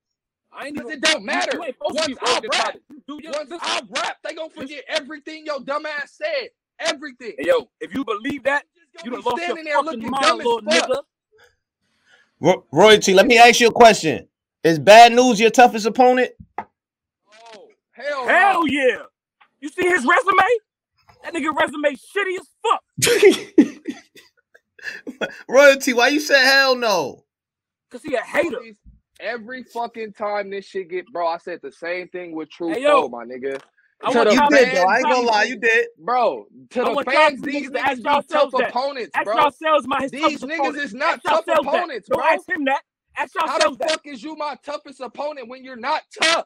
E: I ain't
D: Because
E: even.
D: it don't matter.
E: You ain't supposed to
D: Once
E: be
D: I
E: focused
D: rap,
E: on it. You do your
D: once I rap, they gonna forget everything your dumb ass said. Everything.
E: Hey, yo, if you believe that, you done lost
D: Just gonna be
E: your
D: standing there
E: fucking
D: looking
E: mind,
D: dumb
E: little
D: as fuck.
E: nigga.
A: Ro- Royalty, let me ask you a question. Is bad news your toughest opponent?
D: Oh, hell, no.
E: Hell yeah. You see his resume? That nigga resume shitty as fuck.
A: Royalty, why you said hell no?
E: Cause he a hater.
D: These- Every fucking time this shit get, bro, I said the same thing with True
E: Hey, yo.
D: Flow, my nigga.
E: I
D: To
E: want
D: the
E: y'all
D: You did, though. I
E: ain't gonna lie,
A: You did.
D: Bro, to
E: I
D: the
E: want y'all
D: fans,
E: niggas
D: these
E: to
D: niggas
E: ask
D: be
E: yourselves
D: tough
E: that.
D: opponents,
E: Ask
D: bro.
E: yourselves my his
D: These
E: toughest
D: niggas
E: opponent.
D: is not
E: Ask
D: tough
E: yourselves that.
D: opponents,
E: Don't
D: bro.
E: ask him that. Ask
D: How the
E: yourselves that.
D: fuck is you my toughest opponent when you're not tough?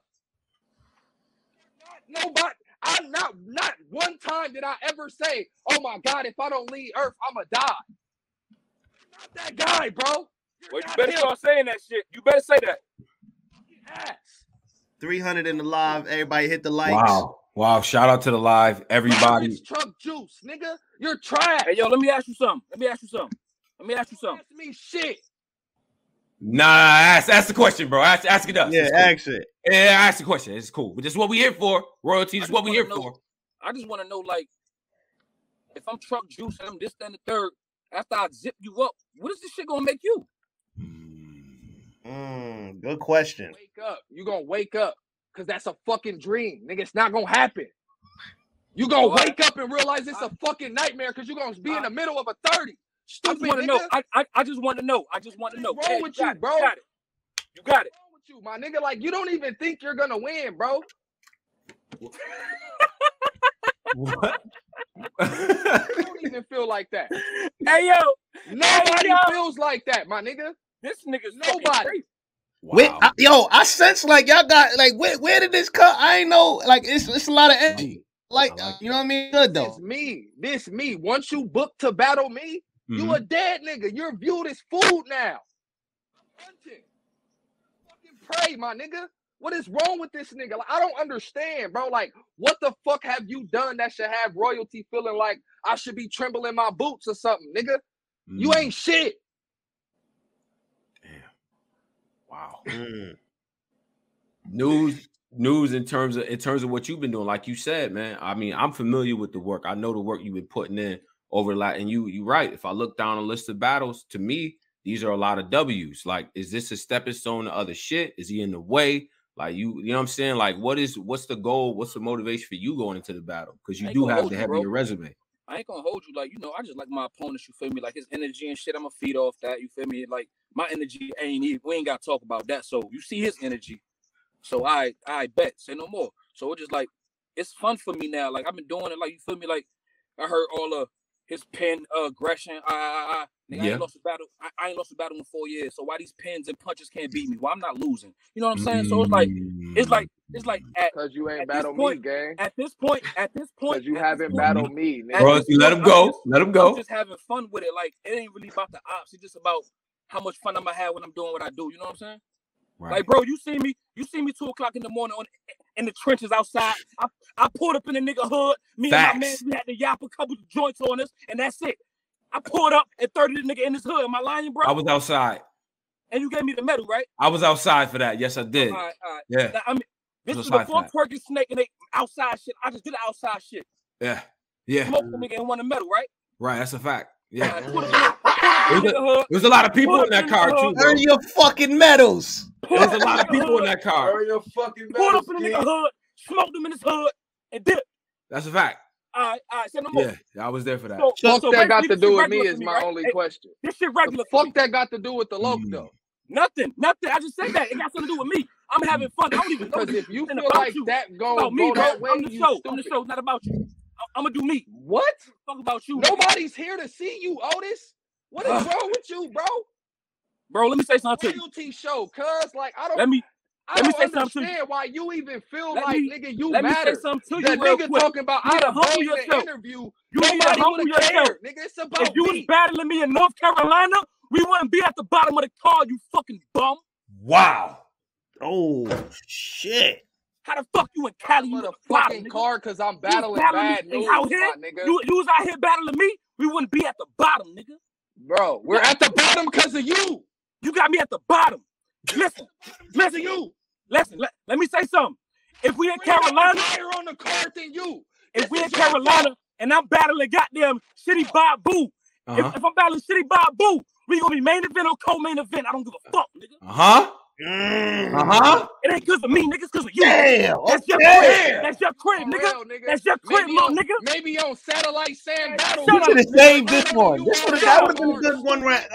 D: Not nobody. I not not one time did I ever say, "Oh my God, if I don't leave Earth, I'ma die." Not that guy, bro. You're
E: Well, you
D: not
E: better
D: him.
E: start saying that shit. You better say that.
D: ass.
A: 300 in the live. Everybody hit the likes.
C: Wow. Wow. Shout out to the live, everybody.
D: Garbage truck juice, nigga. You're trash.
E: Hey, yo, let me ask you something. Let me ask you something. Let me ask you
D: Don't
E: something.
D: ask me shit.
C: Nah, ask, ask the question, bro. Ask, ask it us.
A: Yeah,
C: It's cool.
A: exit.
C: yeah, ask the question. It's cool. But this is what we here for. Royalty
E: I
C: this is
E: just
C: what we
E: wanna
C: here
E: know-
C: for.
E: I just want to know, like, if I'm truck juice and I'm this, that, and the third, after I zip you up, what is this shit gonna make you?
A: Mm, good question.
D: Wake up. You gonna wake up, cause that's a fucking dream, nigga. It's not gonna happen. You gonna
E: Alright.
D: wake up and realize it's a fucking nightmare, cause you gonna be in the middle of a thirty.
E: I just
D: Stupid
E: want to
D: nigga.
E: know. I, I I just want to know. I just want to know.
D: What's wrong with
E: got
D: you,
E: it,
D: bro?
E: Got it. You got it.
D: wrong with you, my nigga? Like you don't even think you're gonna win, bro. You don't even feel like that.
E: Hey yo,
D: Nobody
E: yo.
D: feels like that, my nigga.
E: this nigga's
D: Nobody.
E: Nobody.
A: Where- I- yo, I sense like y'all got like where, where did this cut? I ain't know. Like it's it's a lot of energy. Like,
C: I like
A: you know what I mean? Good
D: This
A: though.
D: me. This me. Once you book to battle me, you
E: Mm-hmm.
C: Mhm.
D: a dead nigga. You're viewed as food now. Hunting. Fucking pray, my nigga. What is wrong with this nigga? Like, I don't understand, bro. Like, what the fuck have you done that should have royalty feeling like I should be trembling my boots or something, nigga? You
C: Mm,
D: ain't shit.
C: wow.
A: Mm.
C: news news in terms of in terms of what you've been doing like you said man i mean i'm familiar with the work i know the work you've been putting in over a lot and you you right if i look down a list of battles to me these are a lot of w's like is this a stepping stone to other shit is he in the way like you you know what i'm saying like what is what's the goal what's the motivation for you going into the battle because you
E: I
C: do
E: gonna
C: have
E: hold
C: the
E: you, bro.
C: heavier resume
E: I ain't gonna hold you like you know. I just like my opponents. You feel me? Like his energy and shit. I'ma feed off that. You feel me? Like my energy ain't even. We ain't gotta talk about that. So you see his energy. So I I bet say no more. So it's just like it's fun for me now. Like I've been doing it. Like you feel me? Like I heard all of his pen aggression. ah, I I, I, Nigga, I
C: Yeah.
E: ain't lost a battle. I, I ain't lost a battle in four years. So why these pins and punches can't beat me? Why I'm not losing? You know what I'm saying? So it's like it's
C: Mm.
E: like it's like at
D: Cause you ain't
E: At this
D: battle me,
E: point-
D: gang.
E: at this point at this point
D: Cause you
E: at this
D: haven't
E: point,
D: battled me, nigga.
E: at
C: Bro,
E: this
C: you let him
E: point, I'm
C: go
E: just-
C: let him
E: I'm
C: go
E: just having fun with it. Like it ain't really about the ops. It's just about how much fun I'm gonna have when I'm doing what I do. You know what I'm saying?
C: right
E: Like, bro, you see me, you see me two o'clock in the morning on in the trenches outside. I, I pulled up in the nigga hood. Me and my man,
C: Facts.
E: we had to yap a couple joints on us, and that's it. I pulled up and 30 the nigga in his hood. Am I lying, bro?
C: i was outside
E: and you gave me the medal, right?
C: i was outside for that yes i did
E: All right, all right.
C: yeah
E: Now, I mean, this
C: was
E: is
C: outside
E: before
C: for
E: Perky Snake and they outside shit. I just did the outside shit.
C: yeah yeah
E: Smoked the nigga and won the medal, right?
C: right that's a fact yeah
E: All right, pulled up in the- pulled up in the nigga hood.
C: There was a lot of people in that car too, bro.
A: Earn your fucking medals.
E: pulled
C: There was
E: up
C: a
E: in the
C: lot of
E: nigga
C: people in
E: hood.
C: that car.
B: Hurry your fucking
E: pulled
B: battle,
E: up in the nigga
B: Steve.
E: hood, smoked him in his hood, and did it.
C: That's a fact.
E: All right, all right, say no more.
C: Yeah, I was there for that.
E: So, oh,
D: Fuck
E: so
D: that got to
E: basically,
D: do
E: this shit
D: with me
E: regular
D: is
E: for
D: my
E: right?
D: only
E: Hey,
D: question.
E: This shit
D: The
E: regular. for
D: fuck
E: me.
D: that got to do with the loc
C: Mm.
D: though?
E: Nothing, nothing. I just said that. It got something to do with me. I'm having fun. I don't even know
D: Because
E: this
D: if you
E: shit
D: feel
E: about
D: like
E: you.
D: that
E: It's
D: go
E: about me,
D: go
E: bro.
D: that way,
E: I'm the
D: you
E: show. I'm the
D: stupid.
E: show. It's not about you. I- am gonna do me.
D: What?
E: Fuck about you. nigga.
D: Nobody's here to see you, Otis. What is wrong with you, bro?
E: Bro, let me say something to you.
D: Loyalty show, cuz like I don't
E: Let me
D: I
E: let me
D: don't
E: say something to you.
D: understand why you even feel
E: Let
D: like
E: me-
D: nigga you
E: let me
D: matter.
E: say something to
D: That
E: you real
D: nigga
E: quick.
D: talking about
E: You
D: I
E: gotta
D: don't
E: humble
D: in the
E: yourself.
D: interview.
E: You need to
D: Nobody
E: humble
D: would have
E: yourself.
D: cared, nigga. It's about
E: If you was
D: me.
E: battling me in North Carolina, we wouldn't be at the bottom of the car, you fucking bum.
A: Wow. Oh shit.
E: How the fuck you in Cali? You the bottom,
D: motherfucking
E: nigga?
D: car because I'm
E: You
D: battling
E: battling
D: bad
E: me
D: news,
E: out here?
D: my nigga.
E: You, you was out here battling me, we wouldn't be at the bottom, nigga.
D: Bro, we're at the bottom because of you.
E: You got me at the bottom. Listen,
D: Because of
E: listen,
D: you.
E: listen. Let, let me say something. If we in
D: We got
E: Carolina,
D: higher on the card than you.
E: if
D: This
E: we in
D: is your
E: Carolina,
D: fault.
E: and I'm battling goddamn shitty Bob Boo,
C: Uh
E: if, if I'm battling shitty Bob Boo, we gonna be main event or co-main event. I don't give a fuck, nigga.
C: huh.
A: Mm.
C: Uh huh.
E: It ain't cause of me, nigga. It's cause of you.
A: Damn. Oh,
E: That's your
A: Okay.
E: crib. That's your crib,
D: For
E: nigga.
D: real, nigga.
E: That's your crib,
D: Maybe
E: little
D: on-
E: nigga.
D: Maybe on satellite Sam battle.
E: Shut
A: You
E: up,
A: should have
E: nigga.
A: saved this
D: Hold on,
A: one.
D: you
A: This would
D: got
A: have that
D: it.
A: would have been a good one round.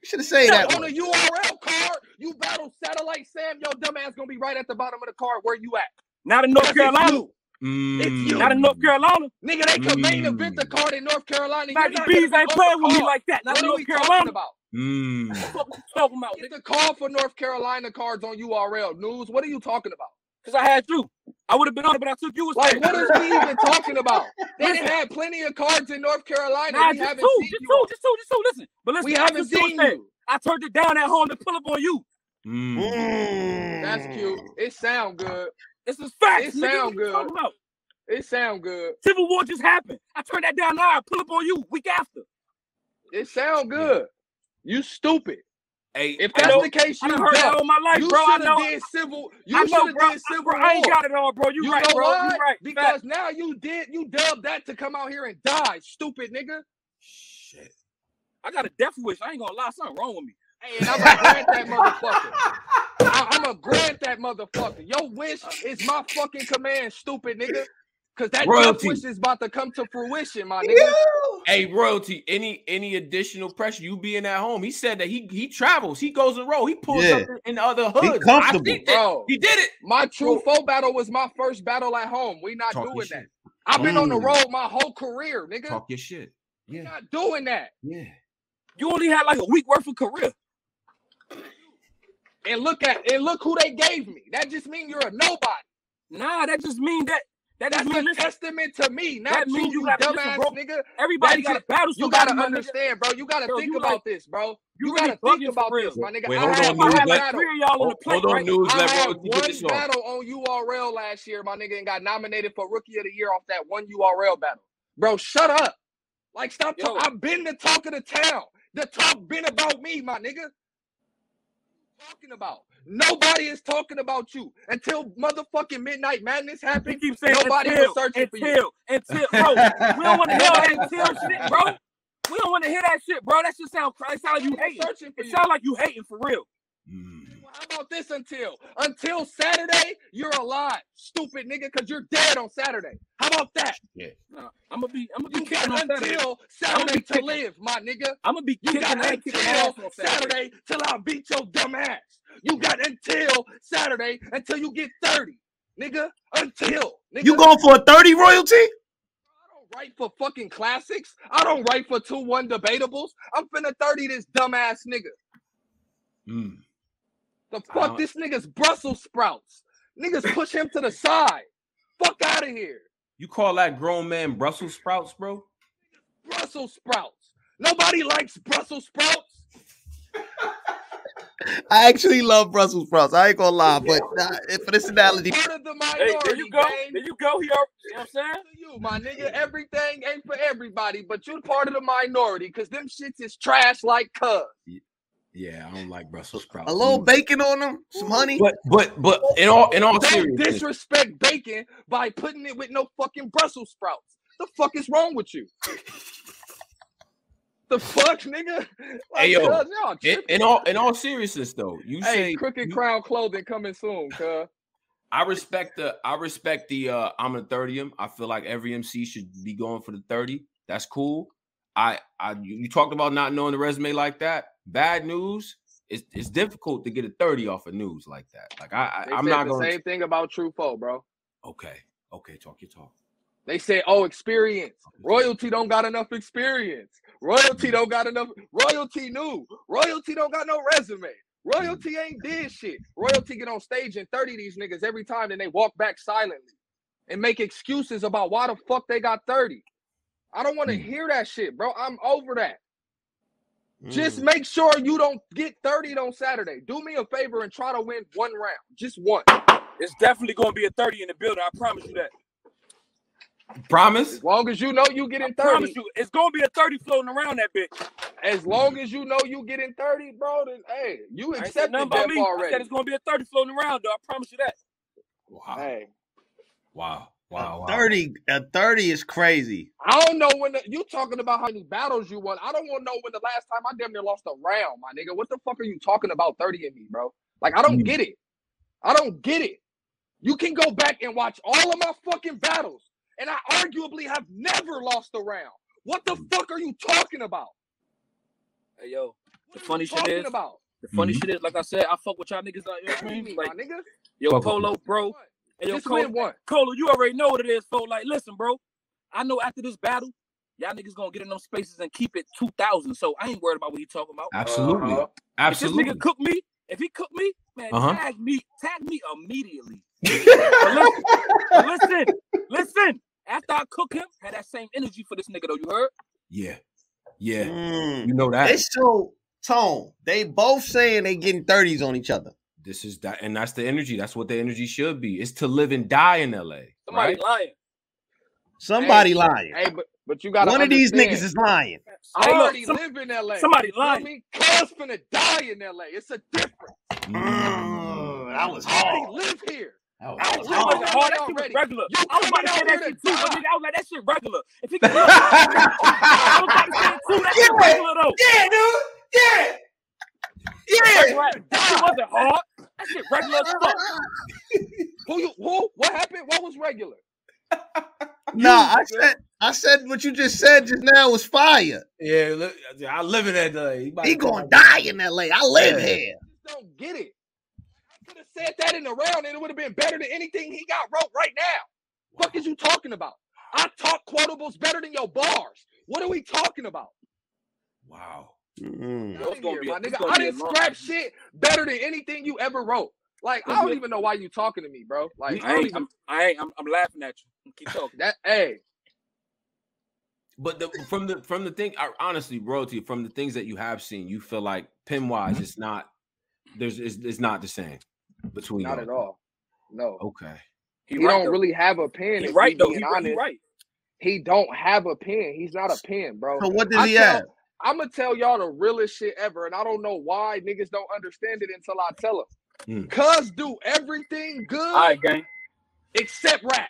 A: You should have saved
D: Now,
A: that
D: on
A: one.
D: a URL card, you battle satellite Sam. Your dumb ass gonna be right at the bottom of the card. Where you at?
E: Not in North
D: Because
E: Carolina.
D: It's you.
E: Not in North Carolina.
D: you. Nigga, they could main
C: Mm.
D: event the card in North Carolina. You're
E: Maggie
D: not
E: B's
D: gonna
E: ain't
D: be on
E: playing
D: the
E: with me
D: call.
E: like that. Not
D: What
E: in
D: are we
E: North
D: talking
E: Carolina.
D: about?
C: Mm.
E: Fuck you talking about,
D: Get
E: nigga.
D: the call for North Carolina cards on URL news. What are you talking about?
E: Cause I had you. I would have been on it, but I took you
D: Like,
E: instead.
D: what is we even talking about? They done
E: Listen.
D: had plenty of cards in North Carolina.
E: Nah,
D: we
E: just
D: haven't
E: two,
D: seen
E: just
D: you.
E: two,
D: on.
E: just two, just two. Listen, but listen,
D: We
E: I
D: haven't
E: took you
D: seen
E: instead.
D: you.
E: I turned it down at home to pull up on you.
C: Mm.
A: Mm.
D: That's cute. It sound good.
E: This is facts.
D: It
E: nigga. What
D: sound
E: you talking
D: good.
E: about?
D: It sound good.
E: Civil war just happened. I turned that down now. I pull up on you week after.
D: It sound good. You stupid.
C: Hey,
D: If
E: I
D: that's
E: know-
D: the case,
E: I
D: you
E: done heard that
D: dumb.
E: all my life,
D: You
E: bro. I
D: should have
E: know.
D: did civil.
E: I
D: You
E: know,
D: should
E: bro.
D: have
E: I,
D: did civil
E: bro,
D: war.
E: I ain't got it all, bro. You,
D: you
E: right,
D: know
E: bro.
D: why?
E: You right.
D: Because
E: Facts.
D: now you did you dubbed that to come out here and die, stupid nigga.
C: shit.
E: I got a death wish. I ain't gonna lie. Something wrong with me.
D: Hey, and I'ma grant that motherfucker. I, I'ma grant that motherfucker. Your wish is my fucking command, stupid nigga. Cause that death
C: Royalty.
D: wish is about to come to fruition, my nigga.
A: You.
C: Hey, royalty. Any any additional pressure? You being at home? He said that he he travels. He goes and roll. He pulls
A: Yeah.
C: up in- in other hoods. I
A: comfortable.
C: think that
D: Bro,
C: he did it.
D: my true foe battle was my first battle at home. We not
C: Talk your
D: doing that.
C: shit.
D: I've been on the
A: Mm.
D: road my whole career, nigga.
C: Talk your shit.
D: We
C: Yeah,
D: not doing that.
C: yeah.
E: You only had like a week worth of career.
D: And look at and look who they gave me. That just means you're a nobody.
E: Nah, that just mean that. That just
D: That's
E: mean
D: a
E: listen.
D: testament to me,
E: That
D: not you,
E: means
D: you
E: you gotta listen,
D: dumbass
E: bro.
D: nigga.
E: Everybody
D: That's
E: got to
D: it.
E: battle
D: You
E: somebody,
D: gotta
E: my nigga.
D: understand, bro. You gotta
E: Yo,
D: think
E: you
D: about
E: like-
D: this, bro.
E: you
D: You,
E: really
D: gotta think
E: bugging
D: about
E: for real.
D: this, my nigga.
C: Wait,
D: I
C: hold
D: had
C: on,
E: If I
D: one
C: news.
E: had like
C: Let
D: battle.
E: three of y'all on
C: hold,
E: the plate,
C: hold on,
E: right?
C: news.
D: I
C: Let
D: had
C: royalty get this
D: one
C: on.
D: battle on URL last year, my nigga, and got nominated for Rookie of the Year off that one URL battle. Bro, shut up. Like, stop
E: Yo.
D: talking. I've been the talk of the town. The talk been about me, my nigga. Talking about nobody is talking about you until motherfucking midnight madness
E: He
D: happened.
E: keeps saying
D: Nobody was
E: until,
D: searching for you.
E: until, until, bro. We don't want to hear that until shit, bro. We don't want to hear that shit, bro. That shit sound crazy. It sound like you
D: Nobody
E: hating.
D: was searching for
E: It
D: you.
E: sound like you hating for real.
C: Mm.
D: Well, How about this until until Saturday you're alive, stupid nigga, because you're dead on Saturday. How about that?
E: Nah, I'm gonna be, I'm gonna
D: You
E: be kicking
D: got
E: on Saturday.
D: until
E: I'ma be
D: Saturday to
E: kicking.
D: live, my nigga.
E: I'm gonna be
D: You
E: kicking
D: got
E: and kicking ass
D: until
E: on Saturday.
D: Saturday till I beat your dumb ass. You got until Saturday until you get 30, nigga. Until nigga.
A: You going for a 30 royalty?
D: I don't write for fucking classics. I don't write for 2-1 debatables. I'm finna 30 this dumbass nigga.
C: Mm.
D: The
C: I
D: fuck
C: don't-
D: this nigga's Brussels sprouts. Niggas push him to the side. Fuck out of here.
C: You call that grown man Brussels sprouts, bro?
D: Brussels sprouts. Nobody likes Brussels sprouts.
A: I actually love Brussels sprouts. I ain't gonna lie, but nah, for this analogy,
D: Part of the minority.
E: Hey, there you go.
D: gang.
E: There you go. Here, you know what I'm saying?
D: To you, my nigga. Everything ain't for everybody, but you're part of the minority because them shits is trash like cuz.
C: Yeah, I don't like Brussels sprouts.
A: a little
C: Mm.
A: bacon on them, some honey.
C: But but but in all in all
D: Don't
C: seriousness,
D: disrespect bacon by putting it with no fucking Brussels sprouts. The fuck is wrong with you? the fuck, nigga? Like,
C: Hey, yo.
D: cuz, y'all
C: in,
D: tripping.
C: in all in all seriousness though, you
D: Hey,
C: say
D: Crooked
C: you-
D: Crown clothing coming soon, cuz.
C: I respect the I respect the uh I'm a 30 him. I feel like every MC should be going for the 30. That's cool. I I you you talked about not knowing the resume like that. Bad news. It's it's difficult to get a 30 off of news like that. Like I,
D: They
C: I I'm
D: said
C: not
D: the
C: going
D: same thing about True Foe, bro.
C: Okay. Okay, talk your talk.
D: They say, "Oh, experience. Royalty don't got enough experience. Royalty don't got enough. Royalty new. Royalty don't got no resume. Royalty ain't did shit. Royalty get on stage and thirty these niggas every time, then they walk back silently and make excuses about why the fuck they got thirty. I don't want to hear that shit, bro. I'm over that. Just
A: Mm.
D: make sure you don't get thirty on Saturday. Do me a favor and try to win one round, just one.
E: It's definitely gonna be a 30 in the building. I promise you that.
C: Promise?
D: As long as you know you getting
E: I promise
D: thirty,
E: you, it's gonna be a 30 floating around that bitch.
D: as long as you know you getting thirty, bro, then hey, you
E: I ain't said
D: accepted
E: nothing
D: death
E: about me. I said
D: already.
E: it's gonna be a 30 floating around, though. I promise you that.
C: Wow.
D: Hey,
C: Wow. Wow. wow.
A: A thirty, a thirty is crazy.
D: I don't know when the, you talking about how many battles you won. I don't want to know when the last time I damn near lost a round, my nigga. What the fuck are you talking about thirty in me, bro? Like I don't
C: Mm.
D: get it. I don't get it. You can go back and watch all of my fucking battles, and I arguably have never lost a round. What the
A: Mm.
D: fuck are you talking about?
E: Hey, yo,
D: What
E: The
D: are you
E: funny shit
D: talking
E: is-
D: about?
E: the funny
C: Mhm.
E: shit is, like I said, I fuck with y'all niggas out here.
D: What do you mean,
E: Like,
D: my nigga?
E: yo,
C: Fuck with
E: Colo, bro. And yo,
D: Just
E: Colo,
D: win one.
E: Colo, you already know what it is, folks. Like, listen, bro. I know after this battle, y'all niggas gonna get in them spaces and keep it 2,000. So I ain't worried about what he talking about. uh,
C: Absolutely.
B: Uh-huh.
C: Absolutely.
E: If this nigga cook me, if he cook me, man,
C: Uh-huh.
E: tag me, tag me immediately. But listen, but listen, listen. After I cook him, had that same energy for this nigga though. You heard?
C: yeah. Yeah.
A: Mm.
C: You know that.
A: It's so tone. They both saying they getting thirties on each other.
C: this is that, and that's the energy. That's what the energy should be. It's to live and die in LA.
E: Somebody
C: Right?
E: lying.
A: Somebody lying.
D: Hey, but but you got
A: One of these niggas is lying.
D: I
E: Hey, look,
D: already
E: some-
D: live in L.A.
E: somebody
D: You know what
E: lying.
D: I mean, cuz finna die in L.A. It's a difference.
C: Mm.
A: Mm, that was
D: I already
A: hard.
D: live here.
A: That
D: I
A: was
D: was
E: That
D: Oh,
A: hard.
E: wasn't
D: that
E: hard.
D: way
E: That shit was
D: already.
E: regular.
D: You
E: I was about to say
D: coming
E: that
D: out
E: shit
D: here
E: too,
D: to
E: but
D: die.
E: nigga, I was like, that shit regular. If he could, I was about to say it too. That shit
A: Yeah.
E: regular though.
A: Yeah, dude. Yeah. Yeah.
E: Right. That shit wasn't hard. That shit regular as fuck.
D: Who you who? What happened? What was regular?
A: Nah, I
D: nigga.
A: said I said what you just said just now was fire.
F: Yeah, look, I live in that day. about
A: He
F: to-
A: gonna die in LA. I live
F: Yeah.
A: here.
D: I just don't get it. I could have said that in the round and it would have been better than anything he got wrote right now. Fuck is you talking about? I talk quotables better than your bars. What are we talking about?
C: Wow.
A: Mm.
E: Yo, it's
D: Outta
E: gonna
D: here,
E: be a-
D: my
E: it's
D: nigga.
E: gonna
D: I
E: be a
D: didn't
E: long-
D: scrap shit better than anything you ever wrote. Like
E: It's
D: I
E: gonna
D: don't
E: be a-
D: even know why you talking to me, bro. Like I
E: I
D: don't
E: ain't,
D: even
E: I'm, I ain't, I'm, I'm laughing at you. Keep talking.
D: that. Hey,
C: But the, from the from the thing, I, honestly, royalty from the things that you have seen, you feel like pin wise, it's not there's it's, it's not the same between
D: not
C: y'all.
D: at all. No,
C: Okay.
E: He,
D: he
E: right
D: don't
E: though.
D: really have a
E: He
D: pen. if
E: right
D: we
E: though.
D: being
E: He, right- he
D: honest.
E: right.
D: He don't have a pen. He's not a pen, bro.
A: So what does
D: I
A: he
D: tell,
A: have?
D: I'm gonna tell y'all the realest shit ever, and I don't know why niggas don't understand it until I tell them.
C: Mm.
D: Cuz do everything good
E: All right, gang.
D: except rap.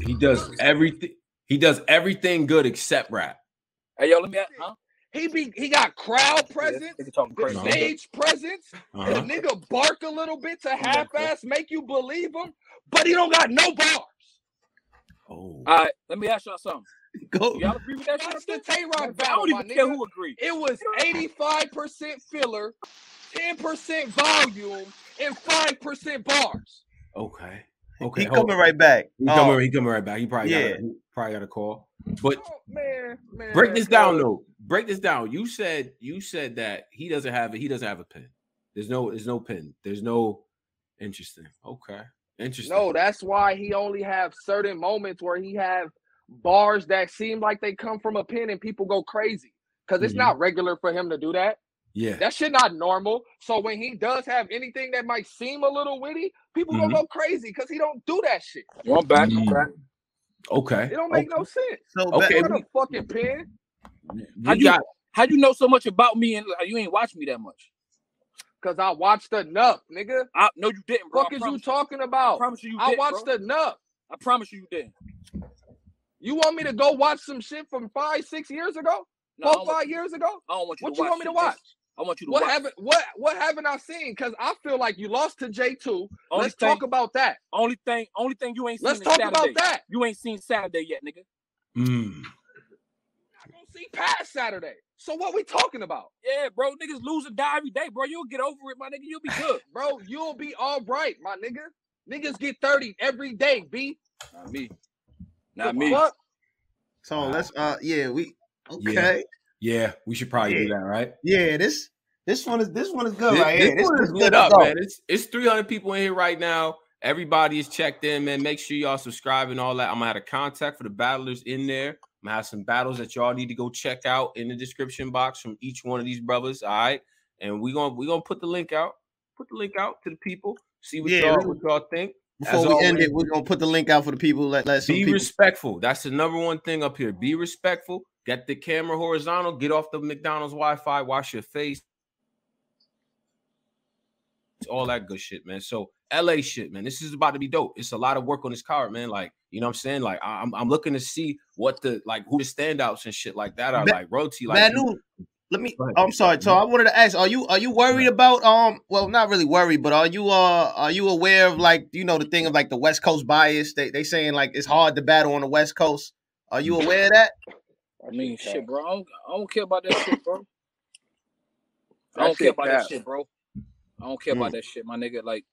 C: He does everything. He does everything good except rap.
E: Hey, yo, let me. ask- Huh?
D: He be he got crowd presence,
E: Nigga talking
D: the
E: crazy.
C: No.
D: stage presence. The
C: Uh-huh.
D: nigga bark a little bit to
E: on,
D: half ass, make you believe him, but he don't got no bars.
C: Oh.
E: All right, let me ask y'all something.
A: Go.
E: Y'all agree with that shit?
D: Watch
E: up
D: the
E: there?
D: Tay Rock
E: I
D: battle,
E: don't
D: my
E: even care
D: nigga.
E: who agree.
D: It was 85% filler, 10% volume, and 5% bars.
C: Okay.
A: He
C: Okay. hold
A: coming
C: on.
A: right back.
C: He
A: Oh,
C: coming. He coming right back. He probably
A: Yeah.
C: got a, he probably got a call. But
D: Oh, man, man.
C: break this down
D: cuz.
C: though. Break this down. You said you said that he doesn't have it. He doesn't have a pin. There's no. There's no pin. There's no. Interesting. Okay. Interesting.
D: No, that's why he only have certain moments where he have bars that seem like they come from a pen and people go crazy. Cause it's
E: Mm-hmm.
C: Mhm.
D: not regular for him to do that.
C: Yeah.
D: That shit not normal. So when he does have anything that might seem a little witty, people
C: Mhm.
D: gonna go crazy because he don't do that shit.
E: Yo, Mm-hmm. I'm back. I'm
C: Mm.
E: back.
C: okay.
D: It don't make no sense.
A: so
C: Okay,
A: okay.
D: What a fucking pen.
E: How
C: no.
E: you,
C: You got.
E: how you know so much about me and like, you ain't watch me that much?
D: Cause I watched enough, nigga.
E: I no, you didn't, bro.
D: Fuck
E: I
D: is you
E: promise
D: talking
E: I
D: about?
E: promise you, you
D: I
E: didn't,
D: watched
E: bro.
D: enough.
E: I promise you, you didn't.
D: You want me to go watch some shit from five, six years ago?
E: No, I
D: Four,
E: don't want-
D: five years ago?
E: I don't want you
D: What
E: to
D: you
E: watch.
D: want me to
E: shit, Jason.
D: watch?
E: I want you to
D: What
E: watch.
D: haven't what what haven't I seen? Cause I feel like you lost to J two.
E: Only
D: Let's
E: thing,
D: talk about that.
E: only thing, only thing you ain't seen.
D: Let's
E: is
D: talk
E: Saturday.
D: about that.
E: You ain't seen Saturday yet, nigga.
C: Mm.
D: I don't see past Saturday. So what we talking about,
E: Yeah, bro. Niggas lose and die every day, bro. You'll get over it, my nigga. You'll be good.
D: bro? You'll be all right, my nigga. Niggas get 30 every day, B.
E: Not me. Not me.
D: Fuck.
A: So let's uh yeah, we
C: Yeah.
A: okay.
C: Yeah, we should probably do that, right?
A: Yeah, this this one is this one is good
C: This-
A: right here.
C: this one is
A: good
C: lit
A: to
C: up,
A: go.
C: man. It's it's 300 people in here right now. Everybody is checked in, man. Make sure y'all subscribe and all that. I'm gonna have a contact for the battlers in there. I'm gonna have some battles that y'all need to go check out in the description box from each one of these brothers. All right, and we gonna we gonna put the link out, put the link out to the people. See what
A: Yeah,
C: y'all
A: we-
C: what y'all think.
A: Before
C: As
A: we end
C: always-
A: it, we're gonna put the link out for the people. Let let some
C: Be
A: people
C: respectful. That's the number one thing up here. Be respectful. Get the camera horizontal. Get off the McDonald's Wi-Fi. Wash your face. It's all that good shit, man. So LA shit, man. This is about to be dope. It's a lot of work on this card, man. Like you know, what I'm saying, like I- I'm, I'm looking to see what the like who the standouts and shit like that are,
A: Ma-
C: like royalty, like
A: Manu, let me.
C: Go ahead.
A: I'm sorry, so I wanted to ask: Are you are you worried about um? Well, not really worried, but are you uh are you aware of like you know the thing of like the West Coast bias? They they saying like it's hard to battle on the West Coast. Are you aware of that?
E: I mean, shit, bro. I don't, I don't care about that shit, bro. I
D: That
E: don't care
D: shit Mm.
E: about that
D: cap.
E: shit, bro. I don't care about that shit, my nigga. Like,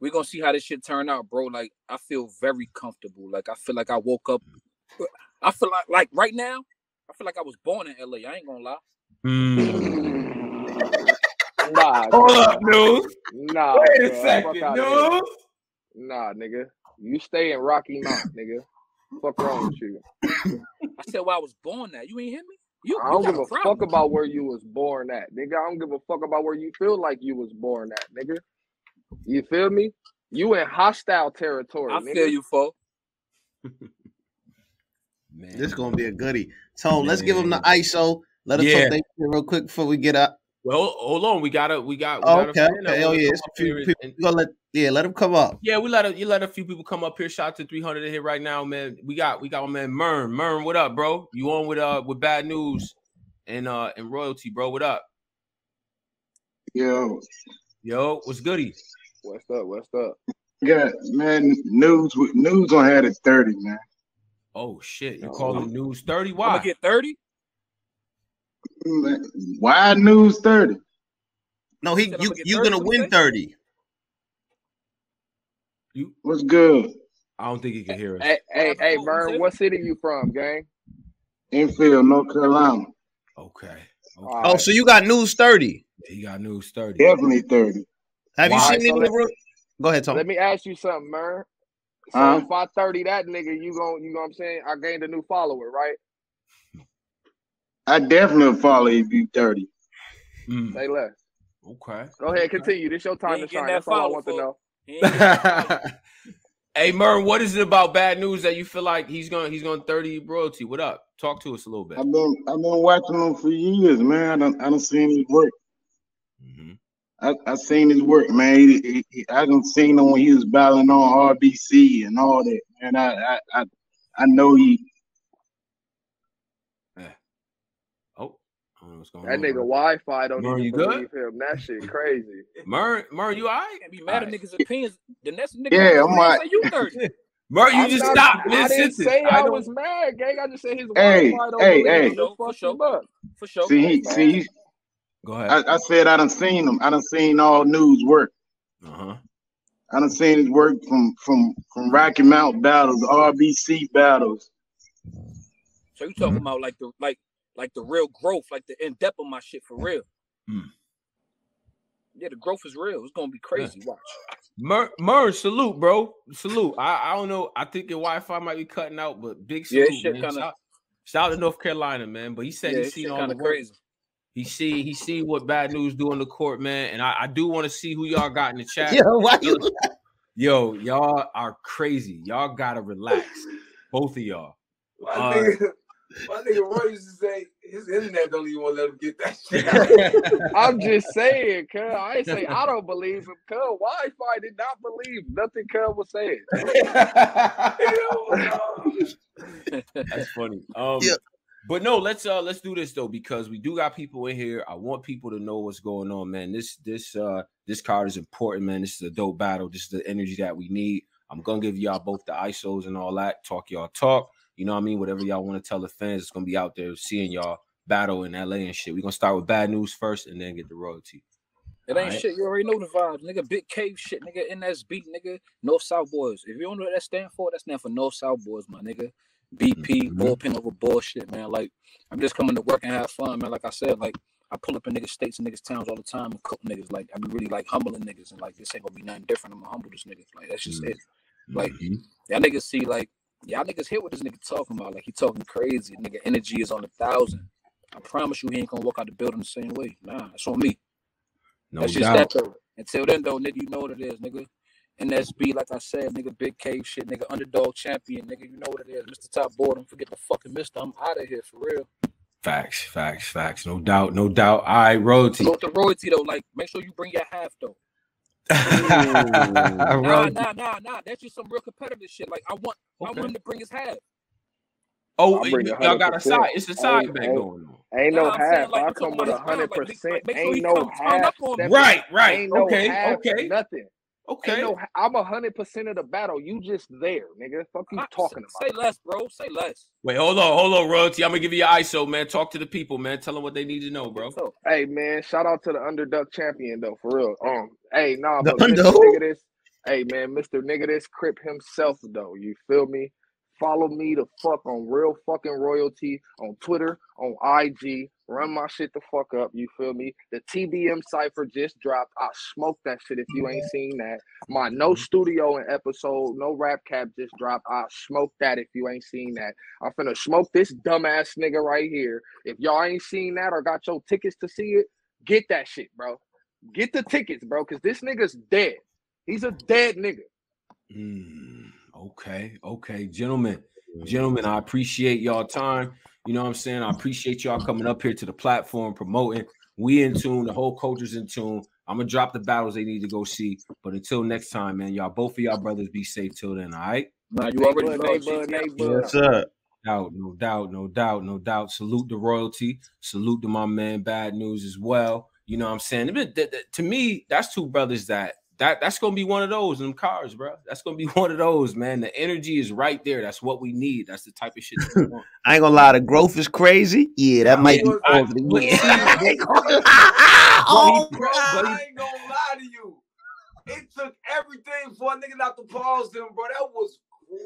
E: we gonna see how this shit turn out, bro. Like, I feel very comfortable. Like, I feel like I woke up. I feel like, like right now, I feel like I was born in LA. I ain't gonna lie.
C: Mm.
D: Nah,
F: Hold up, news.
D: nah.
F: Oh, Wait
D: bruh.
F: a
D: Fuck
F: second,
D: outta here.
F: news.
D: Nah, nigga. You stay in Rocky Mount, nigga. Fuck wrong with you.
E: I said, well, I was born there. You ain't hear me? You,
D: I
E: you
D: don't
E: got
D: give a
E: problem.
D: fuck about where you was born at, nigga. I don't give a fuck about where you feel like you was born at, nigga. You feel me? You in hostile territory,
E: I
D: nigga.
E: feel you, fo.
C: Man.
A: This is gonna be a goodie. So let's give them the
C: Man.
A: ISO. Let us
C: Yeah.
A: talk they real quick before we get up.
C: well, hold on. We gotta we got we
A: Oh,
C: gotta
A: okay,
C: find out
A: okay. Oh
C: who
A: yeah,
C: come
A: it's
C: up
A: a few
C: here and-
A: people.
C: and-
A: We gonna let yeah let them come up.
C: Yeah, we let a, you let a few people come up here. Shout out to 300 in here right now, man. We got we got my man Mern. Mern, what up, bro? You on with uh with bad news and uh and royalty, bro. What up?
G: Yo,
C: Yo, what's goody?
D: What's up? What's up?
G: God, man, news news on had it thirty, man.
C: Oh shit, you
D: Yo,
C: calling news 30?
E: I'm
C: Why?
E: gonna get 30.
G: Why news thirty?
A: No, he
E: said I'ma
A: you
E: get
A: you
E: 30,
A: gonna
E: what you
A: win
E: say?
A: thirty.
C: you
G: What's good?
C: I don't think he can hear us.
D: Hey, hey, hey,
E: Oh,
D: Vern,
E: Tiff-
D: what city you from, gang?
G: Enfield, North Carolina,
C: Okay. okay.
D: All
A: Oh,
D: right.
A: so you got news thirty.
C: He got news 30.
G: definitely thirty.
A: Have
D: Why?
A: you seen
D: So
A: any
D: let-
A: of the room? Go ahead, Tom.
D: Let me ask you something, Mern. So
G: Huh?
D: if I 30 that nigga, you gon' you know what I'm saying? I gained a new follower, right?
G: I definitely follow if you thirty.
C: Mm,
D: Say less.
C: okay.
D: Go ahead, continue. This your time
E: ain't
D: to
E: getting
D: shine.
E: that
D: That's all I
E: follow,
D: want to
E: fool.
D: know.
E: He ain't getting-
C: hey Mern, what is it about bad news that you feel like he's gonna he's gonna 30 royalty? What up? Talk to us a little bit.
G: I've been I've been watching him for years, man. I don't I don't seen his work.
C: Mhm.
G: I, I seen his work, man. He, he, he, I done seen him when he was battling on RBC and all that, man. I I I, I know he
C: Oh, I don't know what's going
D: That
C: on.
D: nigga
C: Mern.
D: Wi-Fi don't
C: Mern,
D: even
C: you good?
D: believe him. That shit crazy.
C: Murray, Murray, you all right?
E: can't be mad at
C: Alright.
E: niggas' opinions. The next nigga
G: Yeah,
E: next
G: I'm
E: man
G: like-
E: say you 30.
C: Murray, you
D: I'm
C: just
D: not-
C: stopped
D: I didn't
C: mid-sentence.
D: say
C: I
D: I,
C: don't-
D: was mad, gang. I just said his
G: Hey,
D: Wi-Fi don't
G: hey,
D: believe
G: hey.
D: him. Just
E: For
D: fuck
E: sure.
D: him up.
E: For sure.
G: see he
D: man.
G: see he
C: Go ahead.
G: I, I said I done seen him. I done seen all news work.
C: Uh-huh.
G: I done seen his work from from from Rocky Mount battles, RBC battles.
E: So you talking about like the like like the real growth, like the in depth of my shit for real.
C: Mm.
E: Yeah, the growth is real. It's gonna be crazy. Watch.
C: Mur, Mur, salute, bro. Salute. I, I don't know. I think your Wi-Fi might be cutting out, but big
E: Yeah,
C: salute,
E: shit
C: man.
E: kinda-
C: shout, shout out to North Carolina, man. But he said
E: yeah,
C: he's
E: it's
C: seen all
E: kind
C: the
E: of
C: work.
E: crazy.
C: He see he see what bad news do on the court, man. And I, I do want to see who y'all got in the chat.
A: Yeah, why you?
C: Yo, y'all are crazy. Y'all gotta relax. Both of y'all.
B: My
C: Uh,
B: nigga, my nigga Roy used to say his internet don't even want to let him get that shit out.
D: I'm just saying, cuz I ain't say I don't believe him, cuz Wi-Fi did not believe nothing cuz was saying.
B: Hell no.
C: That's funny. Um,
A: Yeah.
C: but no, let's uh let's do this though because we do got people in here. I want people to know what's going on, man. This this uh this card is important, man. This is a dope battle. This is the energy that we need. I'm gonna give y'all both the ISOs and all that. Talk y'all talk. You know what I mean? Whatever y'all want to tell the fans, it's gonna be out there seeing y'all battle in LA and shit. We're gonna start with bad news first and then get the royalty.
E: It ain't
C: Alright.
E: shit. You already know the vibes, nigga. Big K shit, nigga. NSB, nigga. North South Boys. If you don't know what that stand for, that stand for North South Boys, my nigga. BP,
C: Mhm.
E: bullpen over bullshit, man. Like I'm just coming to work and have fun, man. Like I said, like I pull up in niggas' states and niggas' towns all the time and cook niggas. Like I be really like humbling niggas and like this ain't gonna be nothing different. I'm gonna humble this nigga. Like that's just
C: Mhm.
E: it. Like,
C: Mhm.
E: Y'all niggas see like y'all niggas hear what this nigga talking about. Like he talking crazy. Nigga energy is on a thousand. I promise you he ain't gonna walk out the building the same way. Nah, it's on me.
C: no
E: That's just
C: doubt.
E: that though. Until then though, nigga, you know what it is, nigga. NSB, like I said, nigga, big cave shit, nigga, underdog champion, nigga, you know what it is. Mr. Top Boy, don't forget the fucking mister. I'm out of here for real.
C: Facts, facts, facts. No doubt, no doubt. All right, royalty.
E: So with the royalty though, like make sure you bring your half though. Nah,
C: royalty.
E: nah, nah, nah. That's just some real competitive shit. Like I want I
C: Okay.
E: want him to bring his half.
C: Oh,
H: I'll
C: you,
H: bring a
C: y'all got a
H: 100%.
C: side. It's a
H: I
C: side
H: ain't-
C: bet
H: I ain't-
C: going on.
H: Ain't
E: Nah,
H: no
E: I'm saying,
H: half.
E: like,
H: I
E: you
H: come
E: talking
H: with
E: about
H: a
E: his half,
H: hundred
E: like, make-
H: percent.
E: make sure he
H: Ain't no
E: come turn
H: half.
E: up on me.
H: step-
C: Right, right.
H: Ain't no
C: okay,
H: half.
C: okay,
H: Nothing. Ain't
C: okay.
H: no. I'm a hundred percent of the battle. You just there, nigga. Fuck you
E: I-
H: talking
E: say,
H: about.
E: say less, bro. Say less.
C: Wait, hold on, hold on, royalty. I'm gonna give you your ISO, man. Talk to the people, man. Tell them what they need to know, bro.
E: So,
H: Hey man, shout out to the underdog champion though, for real. Um, hey nah,
A: The
H: but Mr.
A: under who?
H: Nigga this, hey man, Mr. Nigga this Crip himself though. You feel me? Follow me the fuck on real fucking royalty on Twitter, on IG. Run my shit the fuck up. You feel me? The TBM cipher just dropped. I smoked that shit. If you ain't seen that, my no studio and episode, no rap cap just dropped. I smoked that. If you ain't seen that, I'm finna smoke this dumbass nigga right here. If y'all ain't seen that or got your tickets to see it, get that shit, bro. Get the tickets, bro, because this nigga's dead. He's a dead nigga.
C: Mm, okay, okay, gentlemen, gentlemen. I appreciate y'all time. You know what I'm saying? I appreciate y'all coming up here to the platform promoting. We in tune. The whole culture's in tune. I'm gonna drop the battles they need to go see. But until next time, man, y'all both of y'all brothers be safe till then. All right.
E: nah, you already
H: Neighborhood,
E: know.
H: neighborhood,
E: GTS.
H: neighborhood.
A: sir.
C: doubt, no doubt, no doubt, no doubt. Salute the royalty. Salute to my man Bad News as well. You know what I'm saying? Th- th- th- To me, that's two brothers that that that's gonna be one of those in them cars, bro. That's gonna be one of those, man. The energy is right there. That's what we need. That's the type of shit that we want.
A: I ain't gonna lie, the growth is crazy. Yeah, that
B: I
A: might be
B: was-
A: cause of the
C: but
A: year.
C: see,
A: I ain't gonna lie.
B: Bro,
A: oh,
B: bro,
A: God.
B: I ain't gonna lie to you. It took everything for a nigga not to pause them, bro. That was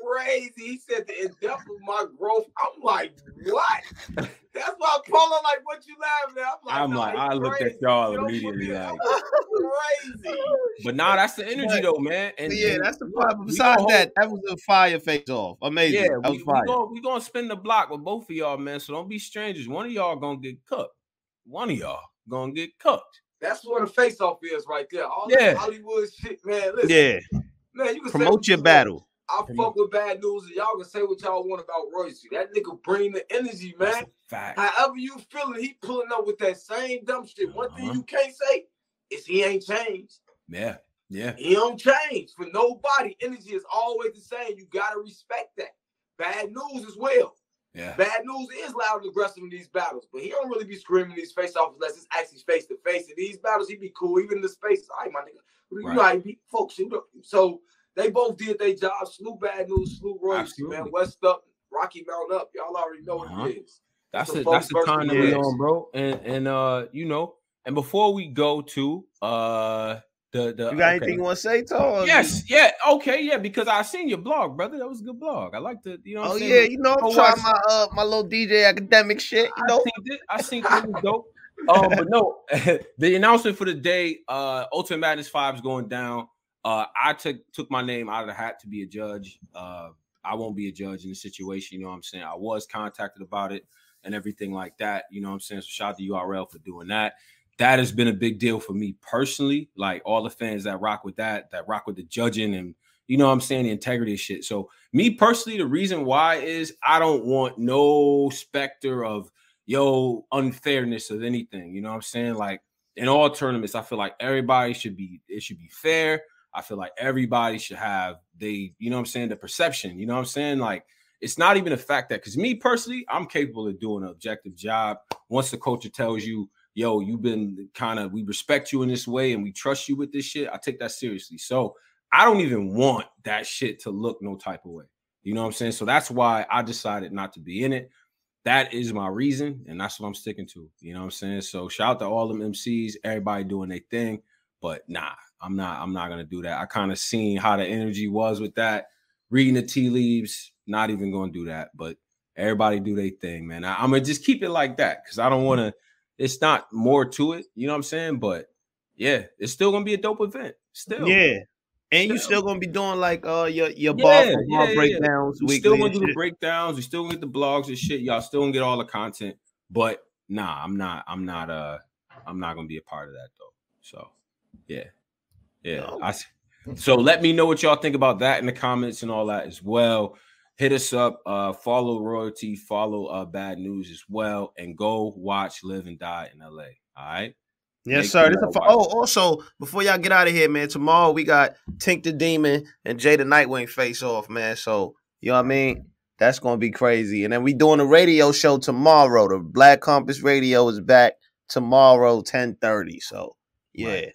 B: crazy. He said the in depth of my growth. I'm like, what? That's why I'm calling like, what you laughing at?
C: I'm
B: nah,
C: like,
B: he
C: I looked
B: crazy.
C: at y'all
B: You know,
C: immediately
B: that
C: like,
B: was crazy.
C: but nah, that's the energy though, man. And
A: yeah,
C: and
A: that's the
C: we gonna-
A: problem.
C: we gonna
A: Besides
C: hold-
A: that, that was a fire face off. Amazing.
C: Yeah,
A: that
C: we
A: was
C: we
A: fire.
C: gonna we gonna spin the block with both of y'all, man. So don't be strangers. One of y'all gonna get cooked. One of y'all gonna get cooked.
B: That's where the face off is right there. All
C: Yeah.
B: that Hollywood shit, man. Listen,
A: Yeah,
B: man, you can say
A: promote
B: what you
A: your
B: want.
A: battle.
B: I fuck with bad news, and y'all can say what y'all want about Royce. That nigga bring the energy,
C: That's
B: man.
C: a fact.
B: However you feeling, he pulling up with that same dumb shit. One thing
C: Uh-huh.
B: you can't say is he ain't changed.
C: Yeah, yeah.
B: He don't change for nobody. Energy is always the same. You gotta respect that. Bad news as well.
C: Yeah.
B: Bad news is loud and aggressive in these battles, but he don't really be screaming these face off unless it's actually face to face. In these battles, he be cool, even in the spaces. All right, my nigga, you
C: Right.
B: know how he be folks. You know. So they both did their job. Salute Bad News, salute Royce, man.
C: Absolutely.
B: West up, Rocky Mount up. Y'all already know what
C: Uh-huh.
B: it is.
C: That's
B: It's a
C: it. That's the
B: folks
C: time that
B: versus
C: we
A: Yes.
C: on, bro. And and uh, you know, and before we go to uh the the
A: You got
C: okay.
A: anything you want to say, Tom?
C: Yes, yeah, okay, yeah, because I seen your blog, brother. That was a good blog. I like the you know what
A: Oh
C: I'm
A: yeah,
C: saying?
A: you know I'm
C: Go
A: trying
C: watch-
A: my uh my little DJ academic shit. You
C: I
A: know,
C: think it. I think it was dope. Um, but no, the announcement for the day, uh, Ultimate Madness Five is going down. Uh, I took took my name out of the hat to be a judge. Uh, I won't be a judge in the situation. You know what I'm saying? I was contacted about it and everything like that. You know what I'm saying? So shout out to URL for doing that. That has been a big deal for me personally. Like all the fans that rock with that, that rock with the judging and you know what I'm saying, the integrity of shit. So me personally, the reason why is I don't want no specter of yo unfairness of anything. You know what I'm saying? Like in all tournaments, I feel like everybody should be it should be fair. I feel like everybody should have they, you know what I'm saying, the perception. You know what I'm saying? Like it's not even a fact that because me personally, I'm capable of doing an objective job. Once the culture tells you, yo, you've been kind of we respect you in this way and we trust you with this shit, I take that seriously. So I don't even want that shit to look no type of way. You know what I'm saying? So that's why I decided not to be in it that is my reason, and that's what I'm sticking to. You know what I'm saying? So shout out to all them MCs, everybody doing their thing. But nah, I'm not. I'm not gonna do that. I kind of seen how the energy was with that. Reading the tea leaves. Not even gonna do that. But everybody do their thing, man. I, I'm gonna just keep it like that because I don't want to. It's not more to it. You know what I'm saying? But yeah, it's still gonna be a dope event. Still,
A: Yeah. And you
C: Still.
A: still gonna be doing like uh your your
C: Yeah,
A: bar, for
C: yeah,
A: bar
C: yeah.
A: breakdowns
C: We
A: weekly.
C: still gonna
A: and
C: do the
A: shit.
C: breakdowns. We still gonna get the blogs and shit. Y'all still gonna get all the content. But nah, I'm not. I'm not. Uh, I'm not gonna be a part of that though. So yeah, yeah.
A: No.
C: I s- so let me know what y'all think about that in the comments and all that as well. Hit us up. Uh, follow royalty. Follow uh, bad news as well, and go watch Live and Die in L.A. All right.
A: Yes,
C: Make
A: sir.
C: sure
A: This a
C: y'all
A: fu-
C: watch
A: oh,
C: it.
A: also before y'all get out of here, man. Tomorrow we got Tink the Demon and Jay the Nightwing face off, man. So you know what I mean. That's gonna be crazy. And then we doing a radio show tomorrow. The Black Compass Radio is back tomorrow, ten thirty. So yeah,
C: Right.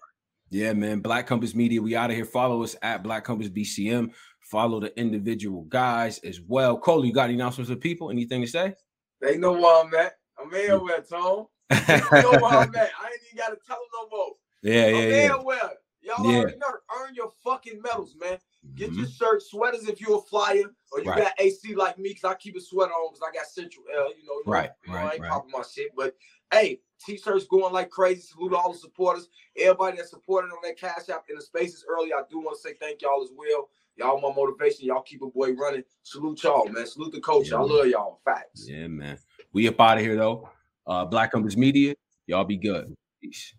C: Yeah, man. Black Compass Media. We out of here. Follow us at Black Compass BCM. Follow the individual guys as well. Cole, you got any announcements for people? Anything to say?
B: They know where I'm at. I'm everywhere, Tom. They know where
C: yeah,
B: I'm at. I ain't even gotta tell them no more.
C: yeah,
B: I'm
C: yeah.
B: everywhere. Y'all
C: Yeah.
B: already know. Earn your fucking medals, man. Get
C: Mhm.
B: your shirt, sweaters if you're a flyer, or you
C: Right.
B: got AC like me, because I keep a sweater on because I got Central L, you know. you know,
C: Right,
B: you know,
C: right,
B: I ain't
C: right.
B: popping my shit, but hey, t shirts going like crazy. Salute to all the supporters, everybody that supported on that Cash App in the spaces early. I do want to say thank y'all as well. Y'all, my motivation. Y'all keep a boy running. Salute y'all, man. Salute the coach.
C: Yeah,
B: I
C: man.
B: love y'all. Facts.
C: Yeah, man. We up out of here though. Uh Black Compass Media. Y'all be good. Peace.